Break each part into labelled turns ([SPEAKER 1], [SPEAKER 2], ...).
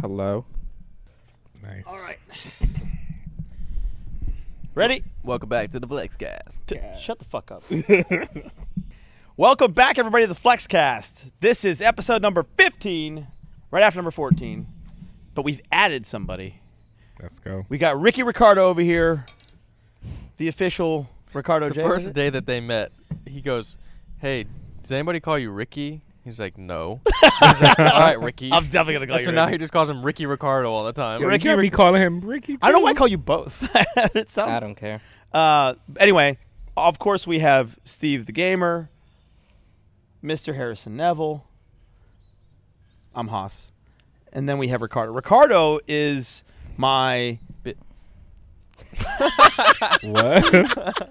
[SPEAKER 1] Hello.
[SPEAKER 2] Nice.
[SPEAKER 3] All right. Ready?
[SPEAKER 4] Welcome back to the Flex Guys.
[SPEAKER 3] T- Shut the fuck up. Welcome back, everybody, to the Flexcast. This is episode number 15, right after number 14. But we've added somebody.
[SPEAKER 2] Let's go.
[SPEAKER 3] We got Ricky Ricardo over here, the official Ricardo
[SPEAKER 4] The
[SPEAKER 3] J.
[SPEAKER 4] first day that they met, he goes, "Hey, does anybody call you Ricky?" He's like, "No." He's like, "All right, Ricky."
[SPEAKER 3] I'm definitely going to call
[SPEAKER 4] so
[SPEAKER 3] you
[SPEAKER 4] now
[SPEAKER 3] Ricky.
[SPEAKER 4] he just calls him Ricky Ricardo all the time.
[SPEAKER 2] Yeah,
[SPEAKER 3] Ricky-
[SPEAKER 2] you can't be
[SPEAKER 3] Ricky-
[SPEAKER 2] calling him Ricky.
[SPEAKER 3] I don't know why I
[SPEAKER 2] too.
[SPEAKER 3] call you both. it sounds
[SPEAKER 5] I don't care.
[SPEAKER 3] Uh, anyway, of course, we have Steve the Gamer, Mr. Harrison Neville. I'm Haas. And then we have Ricardo. Ricardo is my.
[SPEAKER 2] What?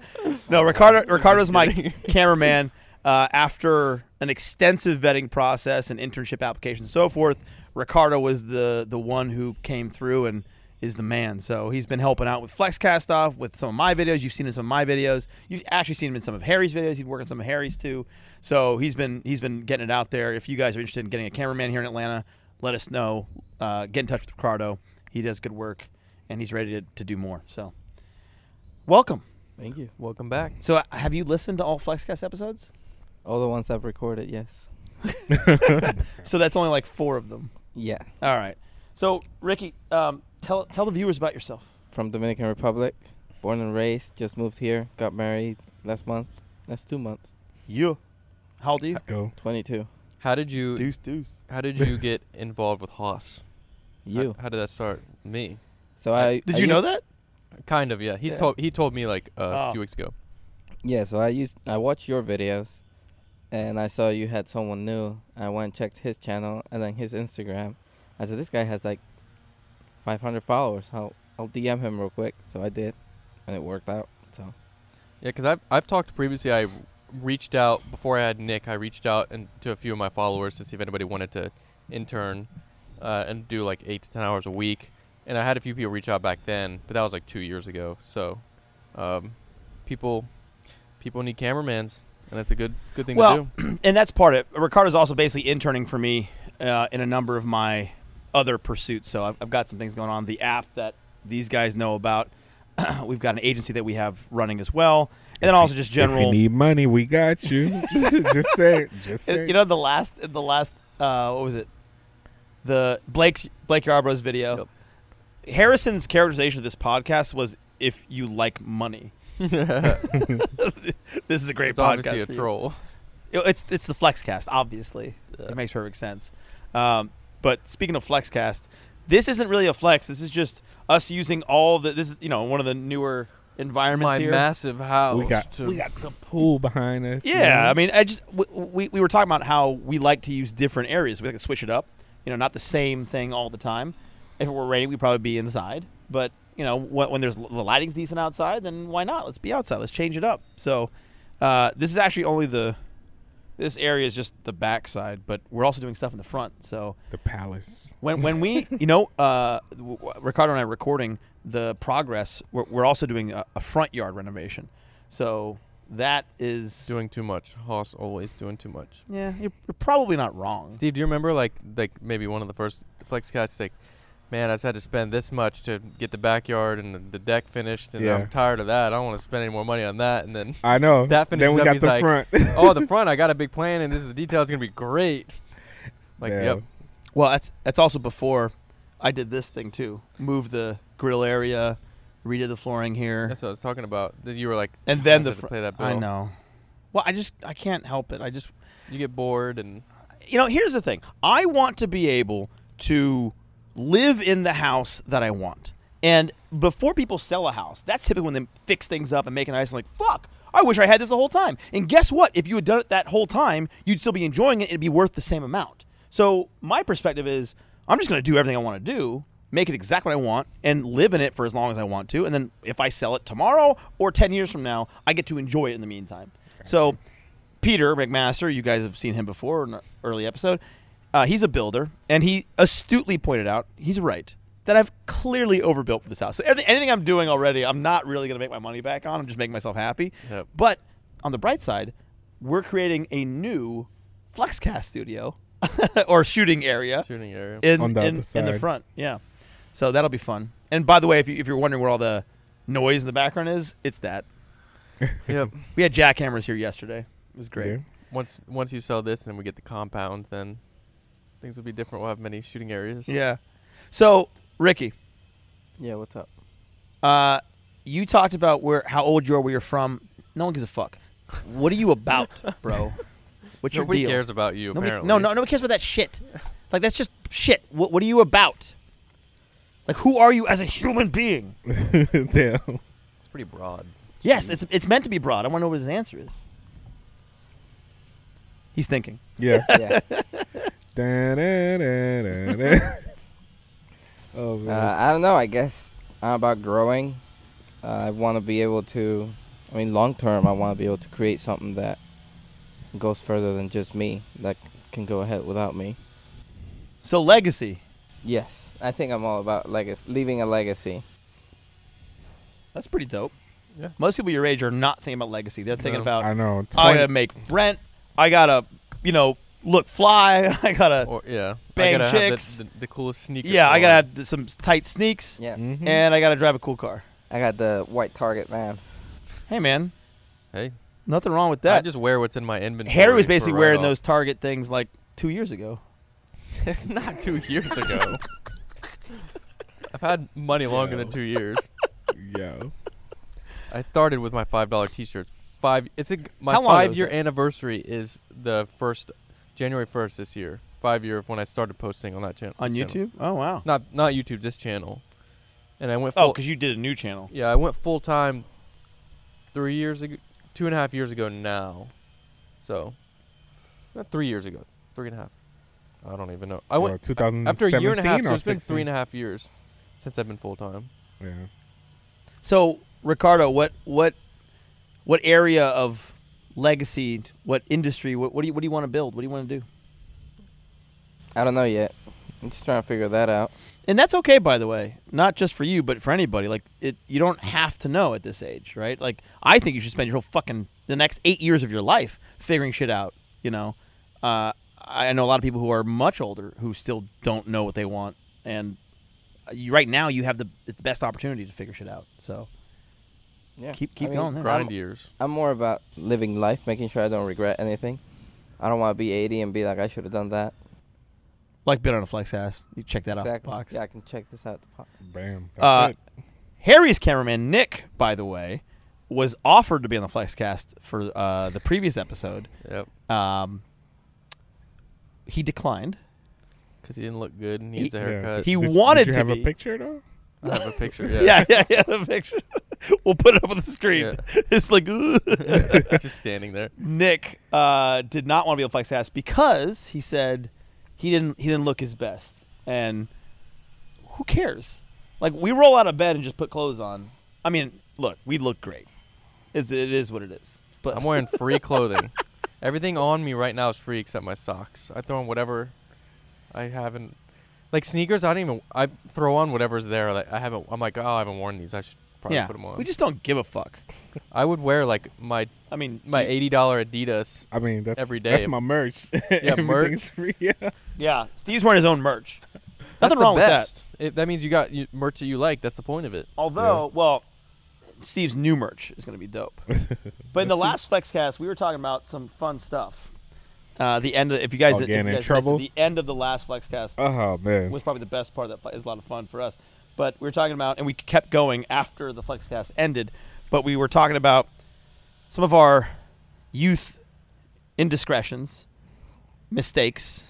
[SPEAKER 3] No, Ricardo. Ricardo's my cameraman. Uh, after an extensive vetting process and internship applications and so forth, Ricardo was the the one who came through and is the man. So he's been helping out with Flexcast stuff, with some of my videos. You've seen him in some of my videos. You've actually seen him in some of Harry's videos. He's working some of Harry's too. So he's been he's been getting it out there. If you guys are interested in getting a cameraman here in Atlanta, let us know. Uh, get in touch with Ricardo. He does good work, and he's ready to, to do more. So, welcome.
[SPEAKER 5] Thank you.
[SPEAKER 4] Welcome back.
[SPEAKER 3] So, uh, have you listened to all Flexcast episodes?
[SPEAKER 5] All the ones I've recorded, yes.
[SPEAKER 3] So that's only like four of them.
[SPEAKER 5] Yeah.
[SPEAKER 3] All right. So, Ricky, um, tell tell the viewers about yourself.
[SPEAKER 5] From Dominican Republic, born and raised, just moved here, got married last month. That's two months.
[SPEAKER 3] You. How old are you?
[SPEAKER 2] Let's go.
[SPEAKER 5] 22.
[SPEAKER 4] How did you?
[SPEAKER 3] deuce.
[SPEAKER 4] How did you get involved with Haas? How-
[SPEAKER 5] You.
[SPEAKER 4] How, did that start? Me.
[SPEAKER 5] So I.
[SPEAKER 3] Did
[SPEAKER 5] I
[SPEAKER 3] you know
[SPEAKER 5] used-
[SPEAKER 3] that?
[SPEAKER 4] Kind of. Yeah. He's
[SPEAKER 5] Yeah.
[SPEAKER 4] told. He told me like uh,
[SPEAKER 3] Oh.
[SPEAKER 4] a few weeks ago.
[SPEAKER 5] Yeah. So I used. I watched your videos, and I saw you had someone new. I went and checked his channel and then his Instagram. I said this guy has like 500 followers. I'll I'll DM him real quick. So I did, and it worked out. So
[SPEAKER 4] Yeah, because I've I've talked previously. I reached out before I had Nick. I reached out and to a few of my followers to see if anybody wanted to intern uh, and do like eight to ten hours a week. And I had a few people reach out back then, but that was like two years ago. So, um, people people need cameramans, and that's a good good thing
[SPEAKER 3] Well,
[SPEAKER 4] to do.
[SPEAKER 3] and that's part of it. Ricardo's also basically interning for me uh, in a number of my other pursuits. So I've, I've got some things going on. The app that these guys know about. We've got an agency that we have running as well, and then also just
[SPEAKER 2] If
[SPEAKER 3] general.
[SPEAKER 2] you need money, we got you. just say it. Just say
[SPEAKER 3] Uh,
[SPEAKER 2] it.
[SPEAKER 3] you know the last the last uh, what was it the blake's blake yarborough's video harrison's characterization of this podcast was if you like money this is a great
[SPEAKER 4] it's obviously
[SPEAKER 3] podcast
[SPEAKER 4] a
[SPEAKER 3] for you.
[SPEAKER 4] troll.
[SPEAKER 3] You know, it's it's the flexcast obviously
[SPEAKER 4] Yeah.
[SPEAKER 3] it makes perfect sense um, but speaking of flexcast this isn't really a flex this is just us using all the this is you know one of the newer environments
[SPEAKER 4] My
[SPEAKER 3] here
[SPEAKER 4] massive house.
[SPEAKER 2] we got
[SPEAKER 4] to-
[SPEAKER 2] we got the pool behind us. you
[SPEAKER 3] Yeah,
[SPEAKER 2] know?
[SPEAKER 3] I mean, I just we, we, we were talking about how we like to use different areas. We like to switch it up. You know, not the same thing all the time. If it were raining, we'd probably be inside. But you know, when, when there's the lighting's decent outside, then why not? Let's be outside. Let's change it up. So uh, this is actually only the this area is just the backside, but we're also doing stuff in the front. So
[SPEAKER 2] the palace.
[SPEAKER 3] when when we you know uh, w- w- Ricardo and I are recording the progress, we're, we're also doing a, a front yard renovation. So that is
[SPEAKER 4] doing too much. Haas always doing too much.
[SPEAKER 3] yeah, you're, you're probably not wrong.
[SPEAKER 4] Steve, do you remember like like maybe one of the first flex cuts like man, I just had to spend this much to get the backyard and the, the deck finished and
[SPEAKER 2] Yeah.
[SPEAKER 4] I'm tired of that. I don't want to spend any more money on that and then
[SPEAKER 2] I know.
[SPEAKER 4] That
[SPEAKER 2] then
[SPEAKER 4] finishes
[SPEAKER 2] we
[SPEAKER 4] up,
[SPEAKER 2] got
[SPEAKER 4] he's
[SPEAKER 2] the
[SPEAKER 4] like,
[SPEAKER 2] front.
[SPEAKER 4] oh the front, I got a big plan and this is the detail is gonna be great. Like
[SPEAKER 2] Yeah.
[SPEAKER 4] yep.
[SPEAKER 3] Well, that's that's also before I did this thing too. Move the grill area, redid the flooring here,
[SPEAKER 4] That's what I was talking about. That you were like
[SPEAKER 3] and then
[SPEAKER 4] "Sometimes I
[SPEAKER 3] the
[SPEAKER 4] have to
[SPEAKER 3] fr-
[SPEAKER 4] play that bill.
[SPEAKER 3] I know. Well, I just I can't help it. I just
[SPEAKER 4] You get bored and
[SPEAKER 3] you know, here's the thing. I want to be able to live in the house that I want. And before people sell a house, that's typically when they fix things up and make it nice. I'm like, fuck, I wish I had this the whole time. And guess what? If you had done it that whole time, you'd still be enjoying it. It'd be worth the same amount. So my perspective is I'm just going to do everything I want to do, make it exactly what I want, and live in it for as long as I want to. And then if I sell it tomorrow or 10 years from now, I get to enjoy it in the meantime. So Peter McMaster, you guys have seen him before in an early episode. Uh, he's a builder, and he astutely pointed out he's right that I've clearly overbuilt for this house. So everything, anything I'm doing already, I'm not really going to make my money back on. I'm just making myself happy.
[SPEAKER 4] Yep.
[SPEAKER 3] But on the bright side, we're creating a new FlexCast studio or shooting area
[SPEAKER 4] shooting area.
[SPEAKER 3] in
[SPEAKER 2] On the
[SPEAKER 3] in,
[SPEAKER 2] other
[SPEAKER 3] in the
[SPEAKER 2] side.
[SPEAKER 3] front. Yeah, so that'll be fun. And by the way, if you if you're wondering where all the noise in the background is, it's that
[SPEAKER 4] yep.
[SPEAKER 3] we had jackhammers here yesterday. It was great.
[SPEAKER 2] Yeah.
[SPEAKER 4] Once once you sell this, and we get the compound, then things will be different. We'll have many shooting areas.
[SPEAKER 3] Yeah. So Ricky,
[SPEAKER 5] Yeah, what's up?
[SPEAKER 3] uh, you talked about where how old you are, where you're from. No one gives a fuck. What are you about, bro? What's your
[SPEAKER 4] Nobody
[SPEAKER 3] deal?
[SPEAKER 4] cares about you.
[SPEAKER 3] Nobody-
[SPEAKER 4] apparently.
[SPEAKER 3] no, no, nobody cares about that shit. Like that's just shit. What, what are you about? Like who are you as a human being?
[SPEAKER 2] Damn.
[SPEAKER 4] It's pretty broad.
[SPEAKER 3] Yes, it's it's meant to be broad. I want to know what his answer is. He's thinking.
[SPEAKER 2] Yeah.
[SPEAKER 5] Yeah.
[SPEAKER 2] Da-da-da-da-da. oh
[SPEAKER 5] Uh,
[SPEAKER 2] man.
[SPEAKER 5] I don't know. I guess I'm about growing. Uh, I want to be able to. I mean, long term, I want to be able to create something that goes further than just me. That can go ahead without me.
[SPEAKER 3] So legacy.
[SPEAKER 5] Yes, I think I'm all about legacy, leaving a legacy.
[SPEAKER 3] That's pretty dope.
[SPEAKER 4] Yeah.
[SPEAKER 3] Most people your age are not thinking about legacy. They're thinking
[SPEAKER 4] No.
[SPEAKER 3] about
[SPEAKER 2] I know. 20,
[SPEAKER 3] I gotta make rent. I gotta you know look fly. I gotta
[SPEAKER 4] Or yeah,
[SPEAKER 3] Bang
[SPEAKER 4] I gotta
[SPEAKER 3] chicks.
[SPEAKER 4] Have the, the, the coolest sneaker. Mm-hmm.
[SPEAKER 3] yeah. I
[SPEAKER 4] on.
[SPEAKER 3] gotta have th- some tight sneaks Mm-hmm.
[SPEAKER 5] Yeah,
[SPEAKER 2] Mhm.
[SPEAKER 3] and I gotta drive a cool car.
[SPEAKER 5] I got the white Target Vans.
[SPEAKER 3] Hey man,
[SPEAKER 4] Hey,
[SPEAKER 3] nothing wrong with
[SPEAKER 4] I
[SPEAKER 3] that.
[SPEAKER 4] just wear what's in my inventory.
[SPEAKER 3] Harry was basically
[SPEAKER 4] for
[SPEAKER 3] wearing
[SPEAKER 4] write-off.
[SPEAKER 3] those Target things like two years ago.
[SPEAKER 4] it's not two years ago. I've had money longer than
[SPEAKER 2] Yo.
[SPEAKER 4] two years.
[SPEAKER 2] Yo.
[SPEAKER 4] I started with my five dollar T-shirts. Five. It's a my
[SPEAKER 3] How long ago was
[SPEAKER 4] five year
[SPEAKER 3] that?
[SPEAKER 4] anniversary is the first January first this year. Five year of when I started posting on that channel.
[SPEAKER 3] On YouTube? Oh wow.
[SPEAKER 4] Not not YouTube. This channel. And I went.
[SPEAKER 3] Oh,
[SPEAKER 4] full-
[SPEAKER 3] because you did a new channel.
[SPEAKER 4] Yeah, I went full time three years ago, two and a half years ago now. So, not three years ago, three and a half. I don't even know. I
[SPEAKER 2] I
[SPEAKER 4] went
[SPEAKER 2] went 2017
[SPEAKER 4] after a year and a half. So
[SPEAKER 2] or
[SPEAKER 4] it's been three
[SPEAKER 2] 16?
[SPEAKER 4] and a half years since I've been full time.
[SPEAKER 2] Yeah.
[SPEAKER 3] So Ricardo, what what what area of legacy? What industry? What, what do you what do you want to build? What do you want to do?
[SPEAKER 5] I don't know yet. I'm just trying to figure that out.
[SPEAKER 3] And that's okay, by the way. Not just for you, but for anybody. Like it, you don't have to know at this age, right? Like I think you should spend your whole fucking the next eight years of your life figuring shit out. You know, uh, I I know a lot of people who are much older who still don't know what they want, and uh, you, right now you have the, it's the best opportunity to figure shit out. So
[SPEAKER 5] Yeah.
[SPEAKER 3] Keep- keep
[SPEAKER 5] I mean,
[SPEAKER 3] going, yeah.
[SPEAKER 4] Grind
[SPEAKER 5] I'm-
[SPEAKER 4] years.
[SPEAKER 5] I'm more about living life, making sure I don't regret anything. I don't want to be 80 and be like, I should have done that.
[SPEAKER 3] like bit on a flex ass, you check that off the box.
[SPEAKER 5] Yeah, I can check this out. The po-
[SPEAKER 2] Bam. That's
[SPEAKER 3] Uh,
[SPEAKER 2] it.
[SPEAKER 3] Harry's cameraman Nick, by the way, was offered to be on the Flexcast for uh, the previous episode.
[SPEAKER 4] Yep,
[SPEAKER 3] Um, he declined.
[SPEAKER 4] because he didn't look good and uh, he
[SPEAKER 3] He-
[SPEAKER 4] needs a
[SPEAKER 2] Yeah.
[SPEAKER 4] haircut.
[SPEAKER 3] He
[SPEAKER 2] Did-
[SPEAKER 3] wanted
[SPEAKER 2] did you
[SPEAKER 3] to
[SPEAKER 2] have
[SPEAKER 3] be.
[SPEAKER 2] a picture though.
[SPEAKER 4] I have a picture. Yeah,
[SPEAKER 3] Yeah, yeah, yeah. The picture. we'll put it up on the screen. It's like
[SPEAKER 4] just standing there.
[SPEAKER 3] Nick uh, did not want to be on Flexcast because he said he didn't he didn't look his best, and who cares? Like we roll out of bed and just put clothes on. I mean, look, we look great. It's, it is what it is. But
[SPEAKER 4] I'm wearing free clothing. Everything on me right now is free except my socks. I throw on whatever I haven't. Like sneakers, I don't even. I throw on whatever's there. Like I haven't. I'm like, oh, I haven't worn these. I should probably
[SPEAKER 3] yeah,
[SPEAKER 4] put them on.
[SPEAKER 3] we just don't give a fuck.
[SPEAKER 4] I would wear like my
[SPEAKER 3] I mean,
[SPEAKER 4] my eighty dollar Adidas.
[SPEAKER 2] I mean, that's
[SPEAKER 4] Every day.
[SPEAKER 2] That's my merch. Everything's
[SPEAKER 4] merch.
[SPEAKER 2] Free. Yeah.
[SPEAKER 3] yeah. Steve's wearing his own merch. Nothing
[SPEAKER 4] the
[SPEAKER 3] wrong with that.
[SPEAKER 4] best. It, that means you got you, merch that you like. That's the point of it.
[SPEAKER 3] Although, well, Steve's new merch is going to be dope. but in the last Flexcast, we were talking about some fun stuff. Uh, the end. Of, if you guys,
[SPEAKER 2] Oh,
[SPEAKER 3] if you
[SPEAKER 2] getting in
[SPEAKER 3] guys missed it,
[SPEAKER 2] trouble?
[SPEAKER 3] the end of the last Flexcast
[SPEAKER 2] Oh man.
[SPEAKER 3] was probably the best part. That is a lot of fun for us. But we were talking about, and we kept going after the Flexcast ended. But we were talking about some of our youth indiscretions, mistakes.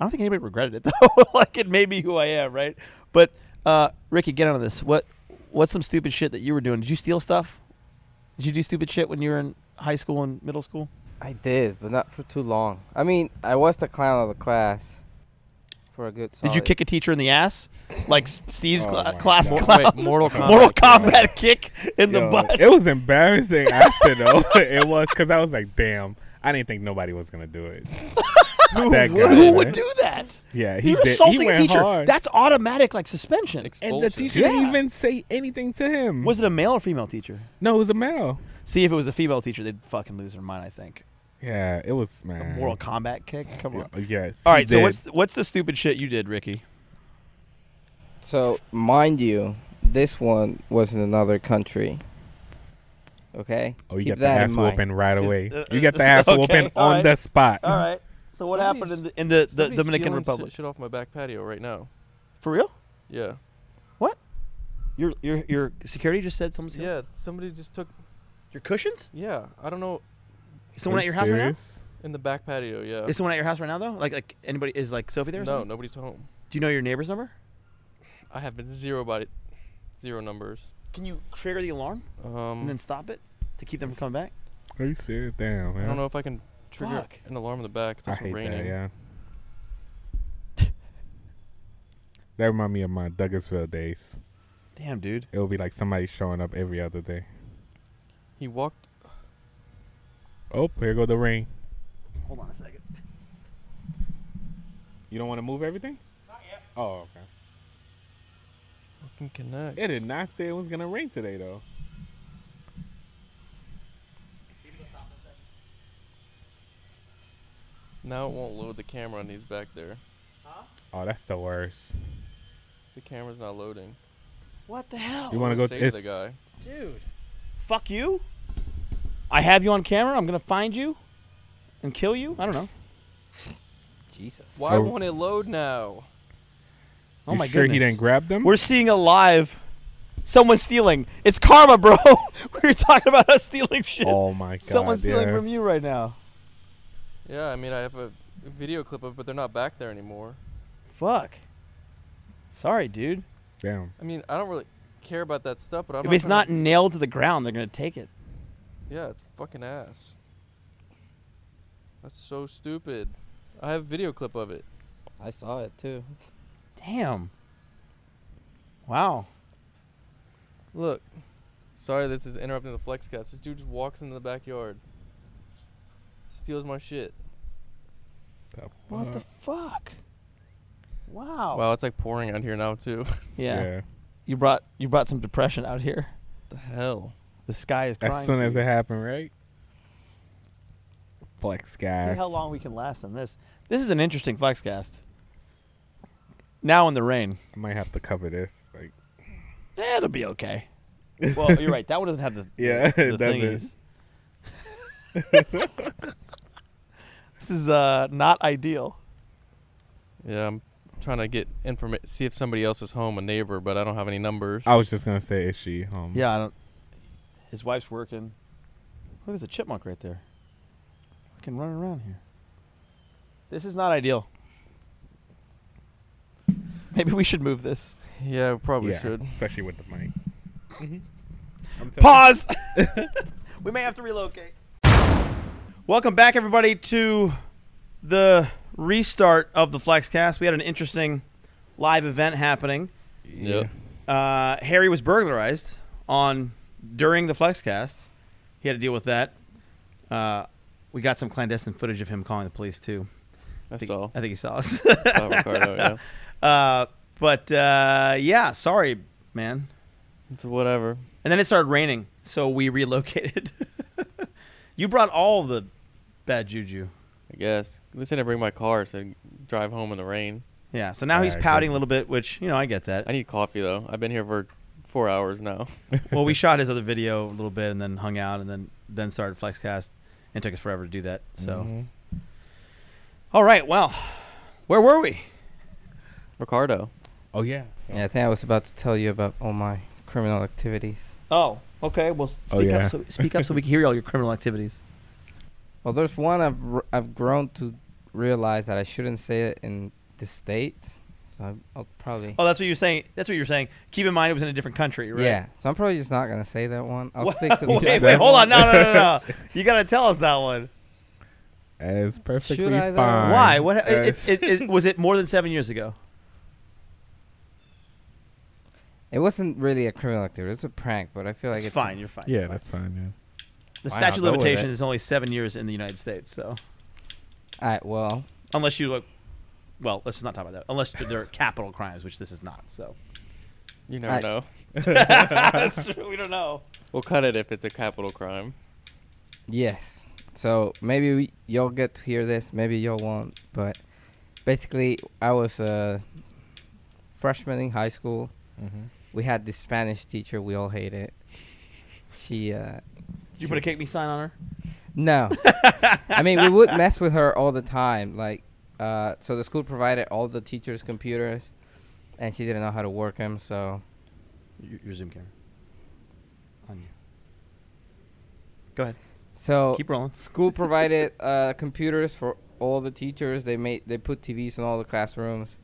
[SPEAKER 3] I don't think anybody regretted it though. like it made me who I am, right? But uh, Ricky, get out of this. What what's some stupid shit that you were doing? Did you steal stuff? Did you do stupid shit when you were in high school and middle school?
[SPEAKER 5] I did, but not for too long. I mean, I was the clown of the class for a good solid.
[SPEAKER 3] Did you kick a teacher in the ass, like S- Steve's
[SPEAKER 2] Uh, Oh,
[SPEAKER 3] cla-
[SPEAKER 2] my
[SPEAKER 3] class
[SPEAKER 4] Mor-
[SPEAKER 3] clown?
[SPEAKER 4] wait, Mortal Kombat.
[SPEAKER 3] Mortal Kombat kick in the
[SPEAKER 2] Yo,
[SPEAKER 3] butt.
[SPEAKER 2] It was embarrassing after though. it was because I was like, damn, I didn't think nobody was gonna do it. that guy,
[SPEAKER 3] Who would
[SPEAKER 2] man.
[SPEAKER 3] do that?
[SPEAKER 2] Yeah, he
[SPEAKER 3] You're
[SPEAKER 2] did. He
[SPEAKER 3] assaulting a
[SPEAKER 2] went
[SPEAKER 3] teacher.
[SPEAKER 2] hard.
[SPEAKER 3] That's automatic, like
[SPEAKER 2] and
[SPEAKER 3] suspension.
[SPEAKER 2] the
[SPEAKER 4] Expulsion.
[SPEAKER 2] teacher
[SPEAKER 3] Yeah.
[SPEAKER 2] didn't even say anything to him.
[SPEAKER 3] was it a male or female teacher?
[SPEAKER 2] no, it was a male.
[SPEAKER 3] See, if it was a female teacher, they'd fucking lose their mind. I think.
[SPEAKER 2] Yeah, it was man.
[SPEAKER 3] Mortal Kombat kick. Come on.
[SPEAKER 2] Yeah, Yes.
[SPEAKER 3] All
[SPEAKER 2] he
[SPEAKER 3] right. So
[SPEAKER 2] did.
[SPEAKER 3] what's what's the stupid shit you did, Ricky?
[SPEAKER 5] So, mind you, this one was in another country. Okay?
[SPEAKER 2] Oh, you
[SPEAKER 5] Keep
[SPEAKER 2] got the
[SPEAKER 5] that in
[SPEAKER 2] ass
[SPEAKER 5] mind.
[SPEAKER 2] whooping right
[SPEAKER 3] Is-
[SPEAKER 2] away.
[SPEAKER 3] uh,
[SPEAKER 2] you got the
[SPEAKER 3] uh,
[SPEAKER 2] ass
[SPEAKER 3] okay,
[SPEAKER 2] whooping
[SPEAKER 3] all
[SPEAKER 2] on
[SPEAKER 3] right.
[SPEAKER 2] the spot.
[SPEAKER 3] All right. So what happened in
[SPEAKER 4] Somebody's-
[SPEAKER 3] the in the, the
[SPEAKER 4] Somebody's
[SPEAKER 3] Dominican
[SPEAKER 4] stealing shit-
[SPEAKER 3] Republic?
[SPEAKER 4] Shit off my back patio right now.
[SPEAKER 3] For real?
[SPEAKER 4] Yeah.
[SPEAKER 3] Your your your security just said someone's
[SPEAKER 4] Yeah. Somebody just took.
[SPEAKER 3] Your cushions?
[SPEAKER 4] Yeah. I don't know.
[SPEAKER 2] Are
[SPEAKER 3] Someone at
[SPEAKER 2] you
[SPEAKER 3] your house
[SPEAKER 2] serious?
[SPEAKER 4] In the back patio. Yeah.
[SPEAKER 3] right now? Is someone at your house right now though? Like like anybody is like Sophie there? Or
[SPEAKER 4] no,
[SPEAKER 3] something?
[SPEAKER 4] nobody's home.
[SPEAKER 3] Do you know your neighbor's number?
[SPEAKER 4] I have been zero body, zero numbers.
[SPEAKER 3] Can you trigger the alarm
[SPEAKER 4] Um,
[SPEAKER 3] and then stop it to keep them from coming back?
[SPEAKER 2] Are you serious? Damn, man.
[SPEAKER 4] I don't know if I can trigger
[SPEAKER 3] Fuck.
[SPEAKER 4] an alarm in the back. It's
[SPEAKER 2] I
[SPEAKER 4] also
[SPEAKER 2] hate
[SPEAKER 4] raining.
[SPEAKER 2] that. Yeah. that remind me of my Douglasville days.
[SPEAKER 3] Damn, dude.
[SPEAKER 2] It would be like somebody showing up every other day.
[SPEAKER 4] He walked.
[SPEAKER 2] Oh, here go the ring.
[SPEAKER 3] Hold on a second.
[SPEAKER 2] You don't want to move everything? Not yet. Oh, okay.
[SPEAKER 4] Fucking connect.
[SPEAKER 2] It did not say it was gonna rain today though.
[SPEAKER 4] Now it won't load the camera on these back there.
[SPEAKER 2] Oh, that's the worst.
[SPEAKER 4] The camera's not loading.
[SPEAKER 3] What the hell?
[SPEAKER 2] You wanna
[SPEAKER 4] Whoever
[SPEAKER 2] go t-
[SPEAKER 4] saved the
[SPEAKER 2] it's-
[SPEAKER 4] guy?
[SPEAKER 3] Dude. Fuck you. I have you on camera. I'm gonna find you and kill you. I don't know.
[SPEAKER 5] Jesus.
[SPEAKER 4] Why
[SPEAKER 2] So-
[SPEAKER 4] won't it load now?
[SPEAKER 3] Oh
[SPEAKER 2] you
[SPEAKER 3] my
[SPEAKER 2] sure
[SPEAKER 3] goodness.
[SPEAKER 2] he didn't grab them?
[SPEAKER 3] We're seeing a live. Someone stealing. It's karma, bro. we were talking about us stealing shit.
[SPEAKER 2] oh my god.
[SPEAKER 3] Someone's stealing
[SPEAKER 2] yeah.
[SPEAKER 3] from you right now.
[SPEAKER 4] Yeah, I mean I have a video clip of, it, but they're not back there anymore.
[SPEAKER 3] Fuck. Sorry, dude.
[SPEAKER 2] Damn.
[SPEAKER 4] I mean I don't really care about that stuff, but I'm.
[SPEAKER 3] if it's
[SPEAKER 4] gonna-
[SPEAKER 3] not nailed to the ground, they're gonna take it.
[SPEAKER 4] Yeah, it's fucking ass. That's so stupid. I have a video clip of it.
[SPEAKER 5] I saw it too.
[SPEAKER 3] Damn. Wow.
[SPEAKER 4] Look. Sorry, this is interrupting the flexcast. This dude just walks into the backyard, steals my shit.
[SPEAKER 2] The
[SPEAKER 3] What the
[SPEAKER 2] fuck?
[SPEAKER 3] fuck? Wow.
[SPEAKER 4] Wow, it's like pouring out here now too. what
[SPEAKER 3] yeah. You brought you brought some depression out here.
[SPEAKER 4] the hell?
[SPEAKER 3] The sky is crying.
[SPEAKER 2] As soon
[SPEAKER 3] for
[SPEAKER 2] as
[SPEAKER 3] you.
[SPEAKER 2] it happened, right? Flex guys.
[SPEAKER 3] See how long we can last on this. This is an interesting flexcast. Now in the rain.
[SPEAKER 2] I might have to cover this. Like,
[SPEAKER 3] Eh, it'll be okay. well, you're right. That one doesn't have the
[SPEAKER 2] Yeah,
[SPEAKER 3] the
[SPEAKER 2] it doesn't.
[SPEAKER 3] thingies. this is uh, not ideal.
[SPEAKER 4] Yeah, I'm trying to get information, see if somebody else is home, a neighbor, but I don't have any numbers.
[SPEAKER 2] I was just gonna say, is she home?
[SPEAKER 3] Yeah, I don't. His wife's working. Look, there's a chipmunk right there. I can run around here. This is not ideal. Maybe we should move this.
[SPEAKER 4] Yeah, we probably
[SPEAKER 2] Yeah,
[SPEAKER 4] should.
[SPEAKER 2] Especially with the mic. Mm-hmm. I'm telling you.
[SPEAKER 3] Pause. we may have to relocate. Welcome back, everybody, to the restart of the Flexcast. We had an interesting live event happening.
[SPEAKER 4] Yeah.
[SPEAKER 3] Uh, Harry was burglarized on during the Flexcast. He had to deal with that. Uh, we got some clandestine footage of him calling the police too.
[SPEAKER 4] I
[SPEAKER 3] think,
[SPEAKER 4] saw.
[SPEAKER 3] I think he saw us.
[SPEAKER 4] I saw Ricardo, yeah.
[SPEAKER 3] uh, but uh, yeah, sorry, man.
[SPEAKER 4] It's whatever.
[SPEAKER 3] And then it started raining, so we relocated. you brought all the bad juju.
[SPEAKER 4] I guess. At least I didn't bring my car, so I can drive home in the rain.
[SPEAKER 3] Yeah, so now he's
[SPEAKER 2] Yeah, I
[SPEAKER 3] pouting
[SPEAKER 2] agree.
[SPEAKER 3] a little bit, which, you know, I get
[SPEAKER 4] I
[SPEAKER 3] that.
[SPEAKER 4] need coffee, though. I've been here for four hours now.
[SPEAKER 3] Well, we shot his other video a little bit and then hung out and then then started Flexcast and took us forever to do that. So,
[SPEAKER 4] Mhm.
[SPEAKER 3] Mm-hmm. All right, well, where were we?
[SPEAKER 4] Ricardo.
[SPEAKER 2] Oh yeah.
[SPEAKER 5] Yeah, I think I was about to tell you about all my criminal activities.
[SPEAKER 3] Oh, okay. Well, s-
[SPEAKER 2] Oh,
[SPEAKER 3] speak
[SPEAKER 2] yeah.
[SPEAKER 3] up so speak up so we can hear all your criminal activities.
[SPEAKER 5] Well, there's one I've r- I've grown to realize that I shouldn't say it in the states, so I'm, I'll probably
[SPEAKER 3] Oh, that's what you're saying. That's what you're saying. Keep in mind it was in a different country, right?
[SPEAKER 5] yeah. So I'm probably just not gonna say that one. I'll
[SPEAKER 3] Wha-
[SPEAKER 5] stick to the
[SPEAKER 3] wait,
[SPEAKER 5] other
[SPEAKER 3] wait, hold on.
[SPEAKER 5] one.
[SPEAKER 3] No, no, no, no. You got to tell us that one.
[SPEAKER 2] As perfectly
[SPEAKER 5] I, though?
[SPEAKER 2] fine.
[SPEAKER 3] Why? What? It,
[SPEAKER 2] as-
[SPEAKER 3] it, it, it, was it more than seven years ago?
[SPEAKER 5] It wasn't really a criminal activity. It was a prank, but I feel like
[SPEAKER 3] it's
[SPEAKER 5] it's
[SPEAKER 3] fine. You're fine.
[SPEAKER 2] yeah, that's fine.
[SPEAKER 3] The
[SPEAKER 5] Why
[SPEAKER 3] statute of
[SPEAKER 5] not go with
[SPEAKER 3] limitation
[SPEAKER 5] it?
[SPEAKER 3] is only seven years in the United States. So
[SPEAKER 5] All right. Well,
[SPEAKER 3] unless you look, well, let's just not talk about that. Unless there are capital crimes, which this is not. So
[SPEAKER 4] You never
[SPEAKER 5] I-
[SPEAKER 4] know.
[SPEAKER 3] that's true. We don't know.
[SPEAKER 4] We'll cut it if it's a capital crime.
[SPEAKER 5] yes. So maybe we, you'll get to hear this, maybe you all won't. But basically, I was a freshman in high school. We had this Spanish teacher. We all hated. She. Uh,
[SPEAKER 3] You put a kick me sign on her?
[SPEAKER 5] No. I mean, we would mess with her all the time. Like, uh, so the school provided all the teachers' computers, and she didn't know how to work them. So
[SPEAKER 3] Your, Zoom camera. On you. Go ahead.
[SPEAKER 5] so
[SPEAKER 3] Keep rolling.
[SPEAKER 5] school provided uh, computers for all the teachers. They made they put TVs in all the classrooms,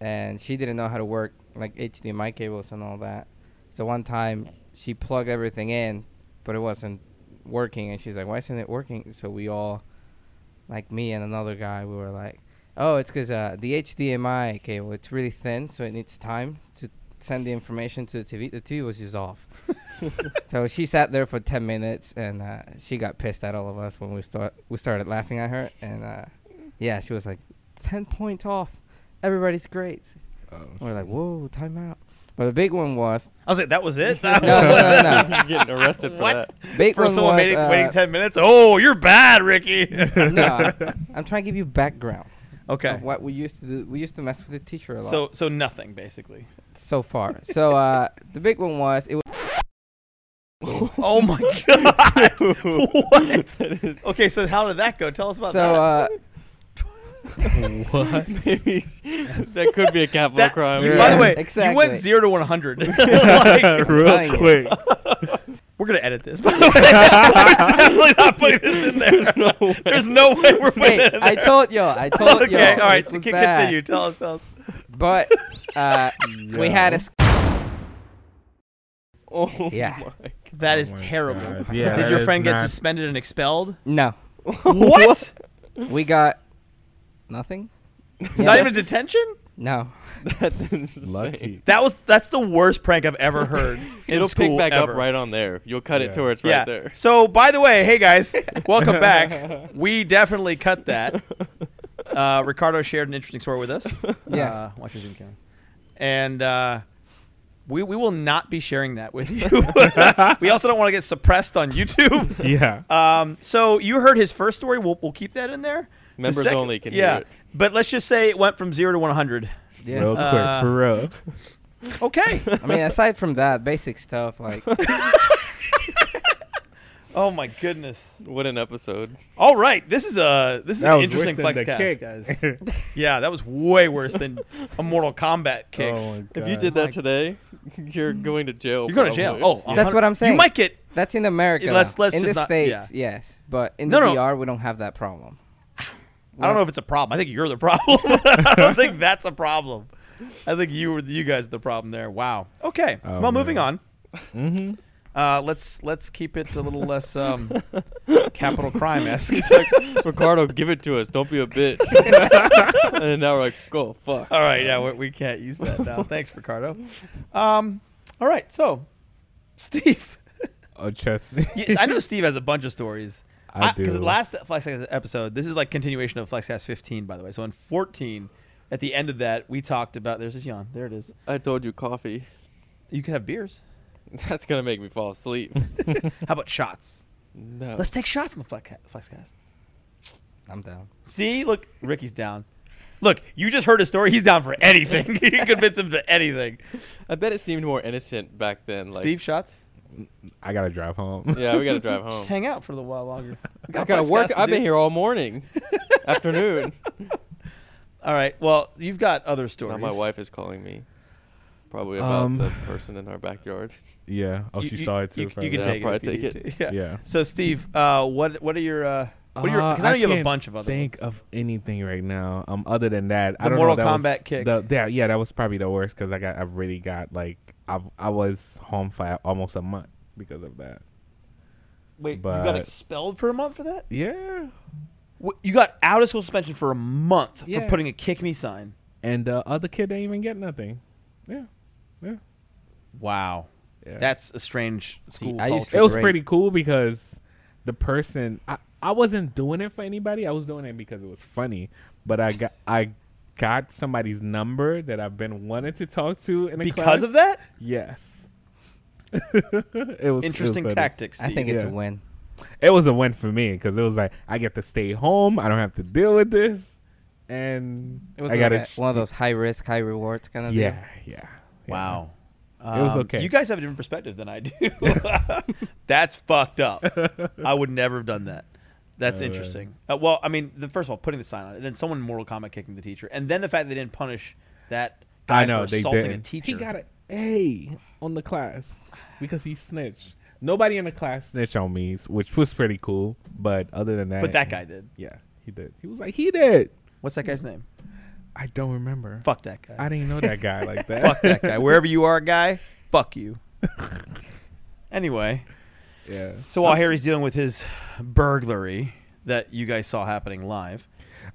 [SPEAKER 5] and she didn't know how to work like HDMI cables and all that. So one time she plugged everything in, but it wasn't working, and she's like, "Why isn't it working?" So we all, like me and another guy, we were like, "Oh, it's because uh, the HDMI cable it's really thin, so it needs time to." Send the information to the TV. The TV was just off. So she sat there for ten minutes, and uh, she got pissed at all of us when we start we started laughing at her, and uh, yeah, she was like ten points off. Everybody's great.
[SPEAKER 2] Mm-hmm.
[SPEAKER 5] And we're like, whoa, time out. But the big one was
[SPEAKER 3] I was like, that was it?
[SPEAKER 5] no, no, no, no.
[SPEAKER 4] You're getting arrested for that.
[SPEAKER 5] Big
[SPEAKER 3] For
[SPEAKER 5] one
[SPEAKER 3] someone
[SPEAKER 5] was,
[SPEAKER 3] waiting,
[SPEAKER 5] uh,
[SPEAKER 3] waiting 10 minutes? Oh, you're bad, Ricky.
[SPEAKER 5] no, I'm trying to give you background
[SPEAKER 3] okay.
[SPEAKER 5] of what we used to do. We used to mess with the teacher a lot.
[SPEAKER 3] So, so nothing, basically.
[SPEAKER 5] so far, so uh, the big one was it was
[SPEAKER 3] oh my God. what? Okay, so how did that go? Tell us
[SPEAKER 5] so
[SPEAKER 3] about that.
[SPEAKER 5] uh,
[SPEAKER 4] What? Maybe that could be a capital
[SPEAKER 3] That-
[SPEAKER 4] crime.
[SPEAKER 5] Yeah.
[SPEAKER 3] By the way, you
[SPEAKER 5] exactly.
[SPEAKER 3] went zero to 100. Like,
[SPEAKER 5] telling
[SPEAKER 2] Real
[SPEAKER 5] you.
[SPEAKER 2] quick.
[SPEAKER 3] we're going to edit this. By the way. we're definitely not putting this in there. There's no way, we're putting
[SPEAKER 5] hey,
[SPEAKER 3] it in
[SPEAKER 5] I
[SPEAKER 3] there.
[SPEAKER 5] told y'all, I told y'all.
[SPEAKER 3] okay, all right.
[SPEAKER 5] this
[SPEAKER 3] c-
[SPEAKER 5] was bad.
[SPEAKER 3] Continue. Tell us. Tell us.
[SPEAKER 5] But uh, we had a s-
[SPEAKER 4] Oh
[SPEAKER 5] Yeah.
[SPEAKER 4] my.
[SPEAKER 3] That
[SPEAKER 2] Oh
[SPEAKER 3] is
[SPEAKER 2] my
[SPEAKER 3] terrible.
[SPEAKER 2] God. Yeah,
[SPEAKER 3] Did
[SPEAKER 2] that
[SPEAKER 3] your
[SPEAKER 2] is
[SPEAKER 3] friend get
[SPEAKER 2] not-
[SPEAKER 3] suspended and expelled?
[SPEAKER 5] no.
[SPEAKER 3] What?
[SPEAKER 5] We got nothing.
[SPEAKER 3] Not even detention?
[SPEAKER 5] No.
[SPEAKER 4] That's insane.
[SPEAKER 2] Lucky.
[SPEAKER 3] That was that's the worst prank I've ever heard in
[SPEAKER 4] It'll
[SPEAKER 3] school
[SPEAKER 4] pick back
[SPEAKER 3] ever.
[SPEAKER 4] up right on there. You'll cut it
[SPEAKER 2] Yeah.
[SPEAKER 4] to where it's
[SPEAKER 3] yeah.
[SPEAKER 4] right there.
[SPEAKER 3] So by the way, hey guys, welcome back. We definitely cut that. Uh, Ricardo shared an interesting story with us.
[SPEAKER 5] Yeah.
[SPEAKER 3] Uh, watch your Zoom camera. And uh, we we will not be sharing that with you. we also don't want to get suppressed on YouTube.
[SPEAKER 2] Yeah.
[SPEAKER 3] Um, so you heard his first story. We'll, we'll keep that in there. The
[SPEAKER 4] Members only can hear
[SPEAKER 3] yeah,
[SPEAKER 4] it.
[SPEAKER 3] But let's just say it went from zero to one hundred.
[SPEAKER 5] Yeah.
[SPEAKER 2] Real quick,
[SPEAKER 3] Uh,
[SPEAKER 2] for real.
[SPEAKER 3] Okay.
[SPEAKER 5] I mean, aside from that, basic stuff like
[SPEAKER 3] oh my goodness.
[SPEAKER 4] What an episode.
[SPEAKER 3] All right. This is a this is
[SPEAKER 2] That
[SPEAKER 3] an
[SPEAKER 2] was
[SPEAKER 3] interesting
[SPEAKER 2] worse
[SPEAKER 3] flex
[SPEAKER 2] than the
[SPEAKER 3] cast,
[SPEAKER 2] kick.
[SPEAKER 3] guys. Yeah, that was way worse than a Mortal Kombat kick.
[SPEAKER 2] Oh my
[SPEAKER 4] If
[SPEAKER 2] God.
[SPEAKER 4] you did
[SPEAKER 3] My-
[SPEAKER 4] that today, you're going to jail.
[SPEAKER 3] You're going to jail.
[SPEAKER 4] probably.
[SPEAKER 3] Oh,
[SPEAKER 5] That's
[SPEAKER 3] 100
[SPEAKER 5] what I'm saying.
[SPEAKER 3] You might get.
[SPEAKER 5] that's in America. now.
[SPEAKER 3] Let's- let's
[SPEAKER 5] in
[SPEAKER 3] just
[SPEAKER 5] the
[SPEAKER 3] not-
[SPEAKER 5] states, yes, but in
[SPEAKER 3] No,
[SPEAKER 5] the
[SPEAKER 3] no.
[SPEAKER 5] DR, we don't have that problem.
[SPEAKER 3] I don't know if it's a problem. I think you're the problem. I don't think that's a problem. I think you were you guys the problem there. Wow. Okay.
[SPEAKER 2] Oh,
[SPEAKER 3] well,
[SPEAKER 2] man.
[SPEAKER 3] moving on.
[SPEAKER 2] Mm-hmm.
[SPEAKER 3] Uh, let's let's keep it a little less um, capital crime esque. Oh.
[SPEAKER 4] Ricardo, give it to us. Don't be a bitch. and now we're like, oh, fuck.
[SPEAKER 3] All right, yeah, we, we can't use that now. Thanks, Ricardo. Um, all right, so Steve,
[SPEAKER 2] Oh, trust
[SPEAKER 3] Yes, I know Steve has a bunch of stories.
[SPEAKER 2] I
[SPEAKER 3] Because
[SPEAKER 2] do.
[SPEAKER 3] last Flexcast episode, this is like continuation of Flexcast 15, by the way. So in 14, at the end of that, we talked about. There's this yawn. There it is.
[SPEAKER 4] I told you coffee.
[SPEAKER 3] You can have beers.
[SPEAKER 4] That's going to make me fall asleep.
[SPEAKER 3] How about shots?
[SPEAKER 4] No.
[SPEAKER 3] Let's take shots in the Flexca- Flexcast.
[SPEAKER 5] I'm down.
[SPEAKER 3] See, look, Ricky's down. Look, you just heard his story. He's down for anything. you can convince him to anything.
[SPEAKER 4] I bet it seemed more innocent back then. Like,
[SPEAKER 3] Steve, shots.
[SPEAKER 2] I gotta drive home.
[SPEAKER 4] Yeah, we got to drive home.
[SPEAKER 3] Just hang out for a little while longer. We
[SPEAKER 4] I
[SPEAKER 3] got
[SPEAKER 4] got to work.
[SPEAKER 3] Flexcast to
[SPEAKER 4] I've been
[SPEAKER 3] do.
[SPEAKER 4] here all morning, afternoon.
[SPEAKER 3] All right. Well, you've got other stories.
[SPEAKER 4] Now my wife is calling me. Probably about
[SPEAKER 2] Um,
[SPEAKER 4] the person in our backyard.
[SPEAKER 2] Yeah. Oh,
[SPEAKER 3] You-
[SPEAKER 2] she
[SPEAKER 3] you-
[SPEAKER 2] saw it too.
[SPEAKER 3] You, you
[SPEAKER 2] probably.
[SPEAKER 3] can
[SPEAKER 4] Yeah,
[SPEAKER 3] take it.
[SPEAKER 4] probably
[SPEAKER 3] if you
[SPEAKER 4] take
[SPEAKER 3] need
[SPEAKER 4] it.
[SPEAKER 3] to. Yeah.
[SPEAKER 2] Yeah.
[SPEAKER 3] So Steve, uh, what what are your uh, what are your? Because
[SPEAKER 2] Uh,
[SPEAKER 3] I know you have a
[SPEAKER 2] can't
[SPEAKER 3] bunch of other.
[SPEAKER 2] Think
[SPEAKER 3] ones.
[SPEAKER 2] of anything right now. Um, other than that,
[SPEAKER 3] The
[SPEAKER 2] I don't
[SPEAKER 3] Mortal
[SPEAKER 2] know. that
[SPEAKER 3] Kombat
[SPEAKER 2] was
[SPEAKER 3] kick.
[SPEAKER 2] The, yeah, yeah, that was probably the worst because I got, I really got like, I, I was home for almost a month because of that.
[SPEAKER 3] Wait, you got
[SPEAKER 2] but-
[SPEAKER 3] expelled for a month for that?
[SPEAKER 2] Yeah.
[SPEAKER 3] Wh- You got out of school suspension for a month for
[SPEAKER 2] Yeah.
[SPEAKER 3] putting a kick me sign.
[SPEAKER 2] And the other kid didn't even get nothing. Yeah. Yeah.
[SPEAKER 3] Wow,
[SPEAKER 2] yeah.
[SPEAKER 3] that's a strange school
[SPEAKER 5] I used
[SPEAKER 3] culture.
[SPEAKER 2] it was
[SPEAKER 5] great.
[SPEAKER 2] pretty cool because the person I, I wasn't doing it for anybody. I was doing it because it was funny. But I got I got somebody's number that I've been wanting to talk to in a
[SPEAKER 3] because
[SPEAKER 2] class.
[SPEAKER 3] of that.
[SPEAKER 2] Yes. it was it was
[SPEAKER 3] Interesting
[SPEAKER 2] funny.
[SPEAKER 3] tactics.
[SPEAKER 5] I think it's a
[SPEAKER 2] Yeah.
[SPEAKER 5] win.
[SPEAKER 2] it was a win for me because it was like I get to stay home. I don't have to deal with this, and
[SPEAKER 5] It was
[SPEAKER 2] I got
[SPEAKER 5] like a- one of those high risk, high rewards kind of
[SPEAKER 2] Yeah, yeah. yeah.
[SPEAKER 3] Wow.
[SPEAKER 2] It was
[SPEAKER 3] Um,
[SPEAKER 2] okay.
[SPEAKER 3] You guys have a different perspective than I do. That's fucked up. I would never have done that. That's
[SPEAKER 2] Oh, man.
[SPEAKER 3] interesting. Uh, well, I mean, the, first of all, putting the sign on it, then someone in Mortal Kombat kicking the teacher, and then the fact that they didn't punish that guy
[SPEAKER 2] I know
[SPEAKER 3] for
[SPEAKER 2] they
[SPEAKER 3] assaulting
[SPEAKER 2] did.
[SPEAKER 3] a teacher.
[SPEAKER 2] He got an A on the class because he snitched. Nobody in the class snitched on me, which was pretty cool. But other than that,
[SPEAKER 3] but that guy did.
[SPEAKER 2] yeah, he did. He was like, he did.
[SPEAKER 3] What's that guy's name?
[SPEAKER 2] I don't remember.
[SPEAKER 3] Fuck that guy.
[SPEAKER 2] I didn't know that guy like that.
[SPEAKER 3] fuck that guy. Wherever you are, guy, fuck you. anyway,
[SPEAKER 2] yeah.
[SPEAKER 3] so while Harry's dealing with his burglary that you guys saw happening live,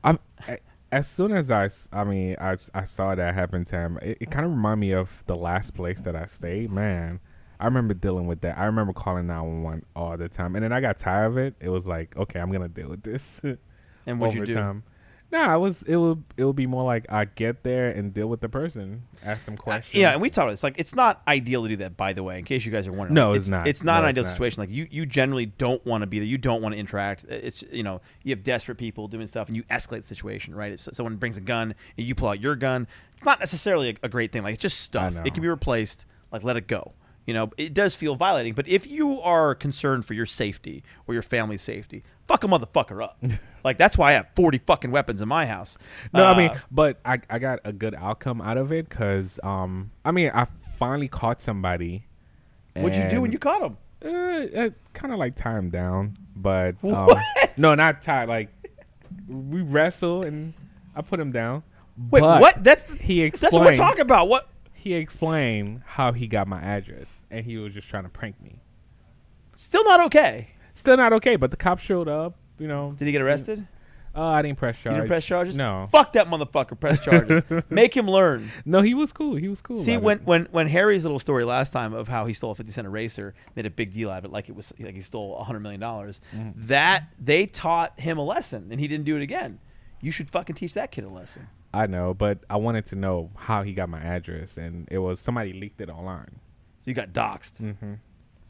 [SPEAKER 2] I'm, a- as soon as I, s- I mean, I, I saw that happen to him, it, it kind of reminded me of the last place that I stayed. Man, I remember dealing with that. I remember calling 911 all the time. And then I got tired of it. It was like, okay, I'm going to deal with this
[SPEAKER 3] and what'd you do?
[SPEAKER 2] overtime. Nah, I was, it would, it would be more like I get there and deal with the person, ask them
[SPEAKER 3] Uh,
[SPEAKER 2] questions.
[SPEAKER 3] Yeah, and we talked about this. Like, it's not ideal to do that. By the way, in case you guys are wondering,
[SPEAKER 2] No,
[SPEAKER 3] Like,
[SPEAKER 2] it's not.
[SPEAKER 3] It's not
[SPEAKER 2] No,
[SPEAKER 3] an
[SPEAKER 2] it's
[SPEAKER 3] ideal
[SPEAKER 2] not.
[SPEAKER 3] situation. Like, you you generally don't want to be there. You don't want to interact. It's you know, you have desperate people doing stuff, and you escalate the situation. Right? If so- someone brings a gun and you pull out your gun, it's not necessarily a, a great thing. Like, it's just stuff.
[SPEAKER 2] know.
[SPEAKER 3] It can be replaced. Like, let it go. You know, it does feel violating. But if you are concerned for your safety or your family's safety, fuck a motherfucker up. like, that's why I have forty fucking weapons in my house.
[SPEAKER 2] No, I
[SPEAKER 3] Uh,
[SPEAKER 2] mean, but I, I got a good outcome out of it because, um, I mean, I finally caught somebody.
[SPEAKER 3] what'd you do when
[SPEAKER 2] and-
[SPEAKER 3] you caught him?
[SPEAKER 2] uh, uh kind of like tie him down, but um, no, not tie. Like we wrestle and I put him down.
[SPEAKER 3] Wait,
[SPEAKER 2] but
[SPEAKER 3] what? That's
[SPEAKER 2] he explained.
[SPEAKER 3] That's what we're talking about. What?
[SPEAKER 2] He explained how he got my address, and he was just trying to prank me.
[SPEAKER 3] Still not okay.
[SPEAKER 2] Still not okay, but the cops showed up. You know,
[SPEAKER 3] Did he get arrested?
[SPEAKER 2] uh, I didn't press
[SPEAKER 3] You
[SPEAKER 2] charges.
[SPEAKER 3] didn't press charges?
[SPEAKER 2] No,
[SPEAKER 3] Fuck that motherfucker. Press charges. Make him learn.
[SPEAKER 2] no, he was cool. He was cool.
[SPEAKER 3] See,
[SPEAKER 2] about it.
[SPEAKER 3] when, when when Harry's little story last time of how he stole a fifty cent eraser, made a big deal out of it, like it was like he stole hundred million dollars.
[SPEAKER 2] Mm.
[SPEAKER 3] That they taught him a lesson, and he didn't do it again. You should fucking teach that kid a lesson.
[SPEAKER 2] I know, but I wanted to know how he got my address, and it was somebody leaked it online.
[SPEAKER 3] So you got doxxed.
[SPEAKER 2] Mm.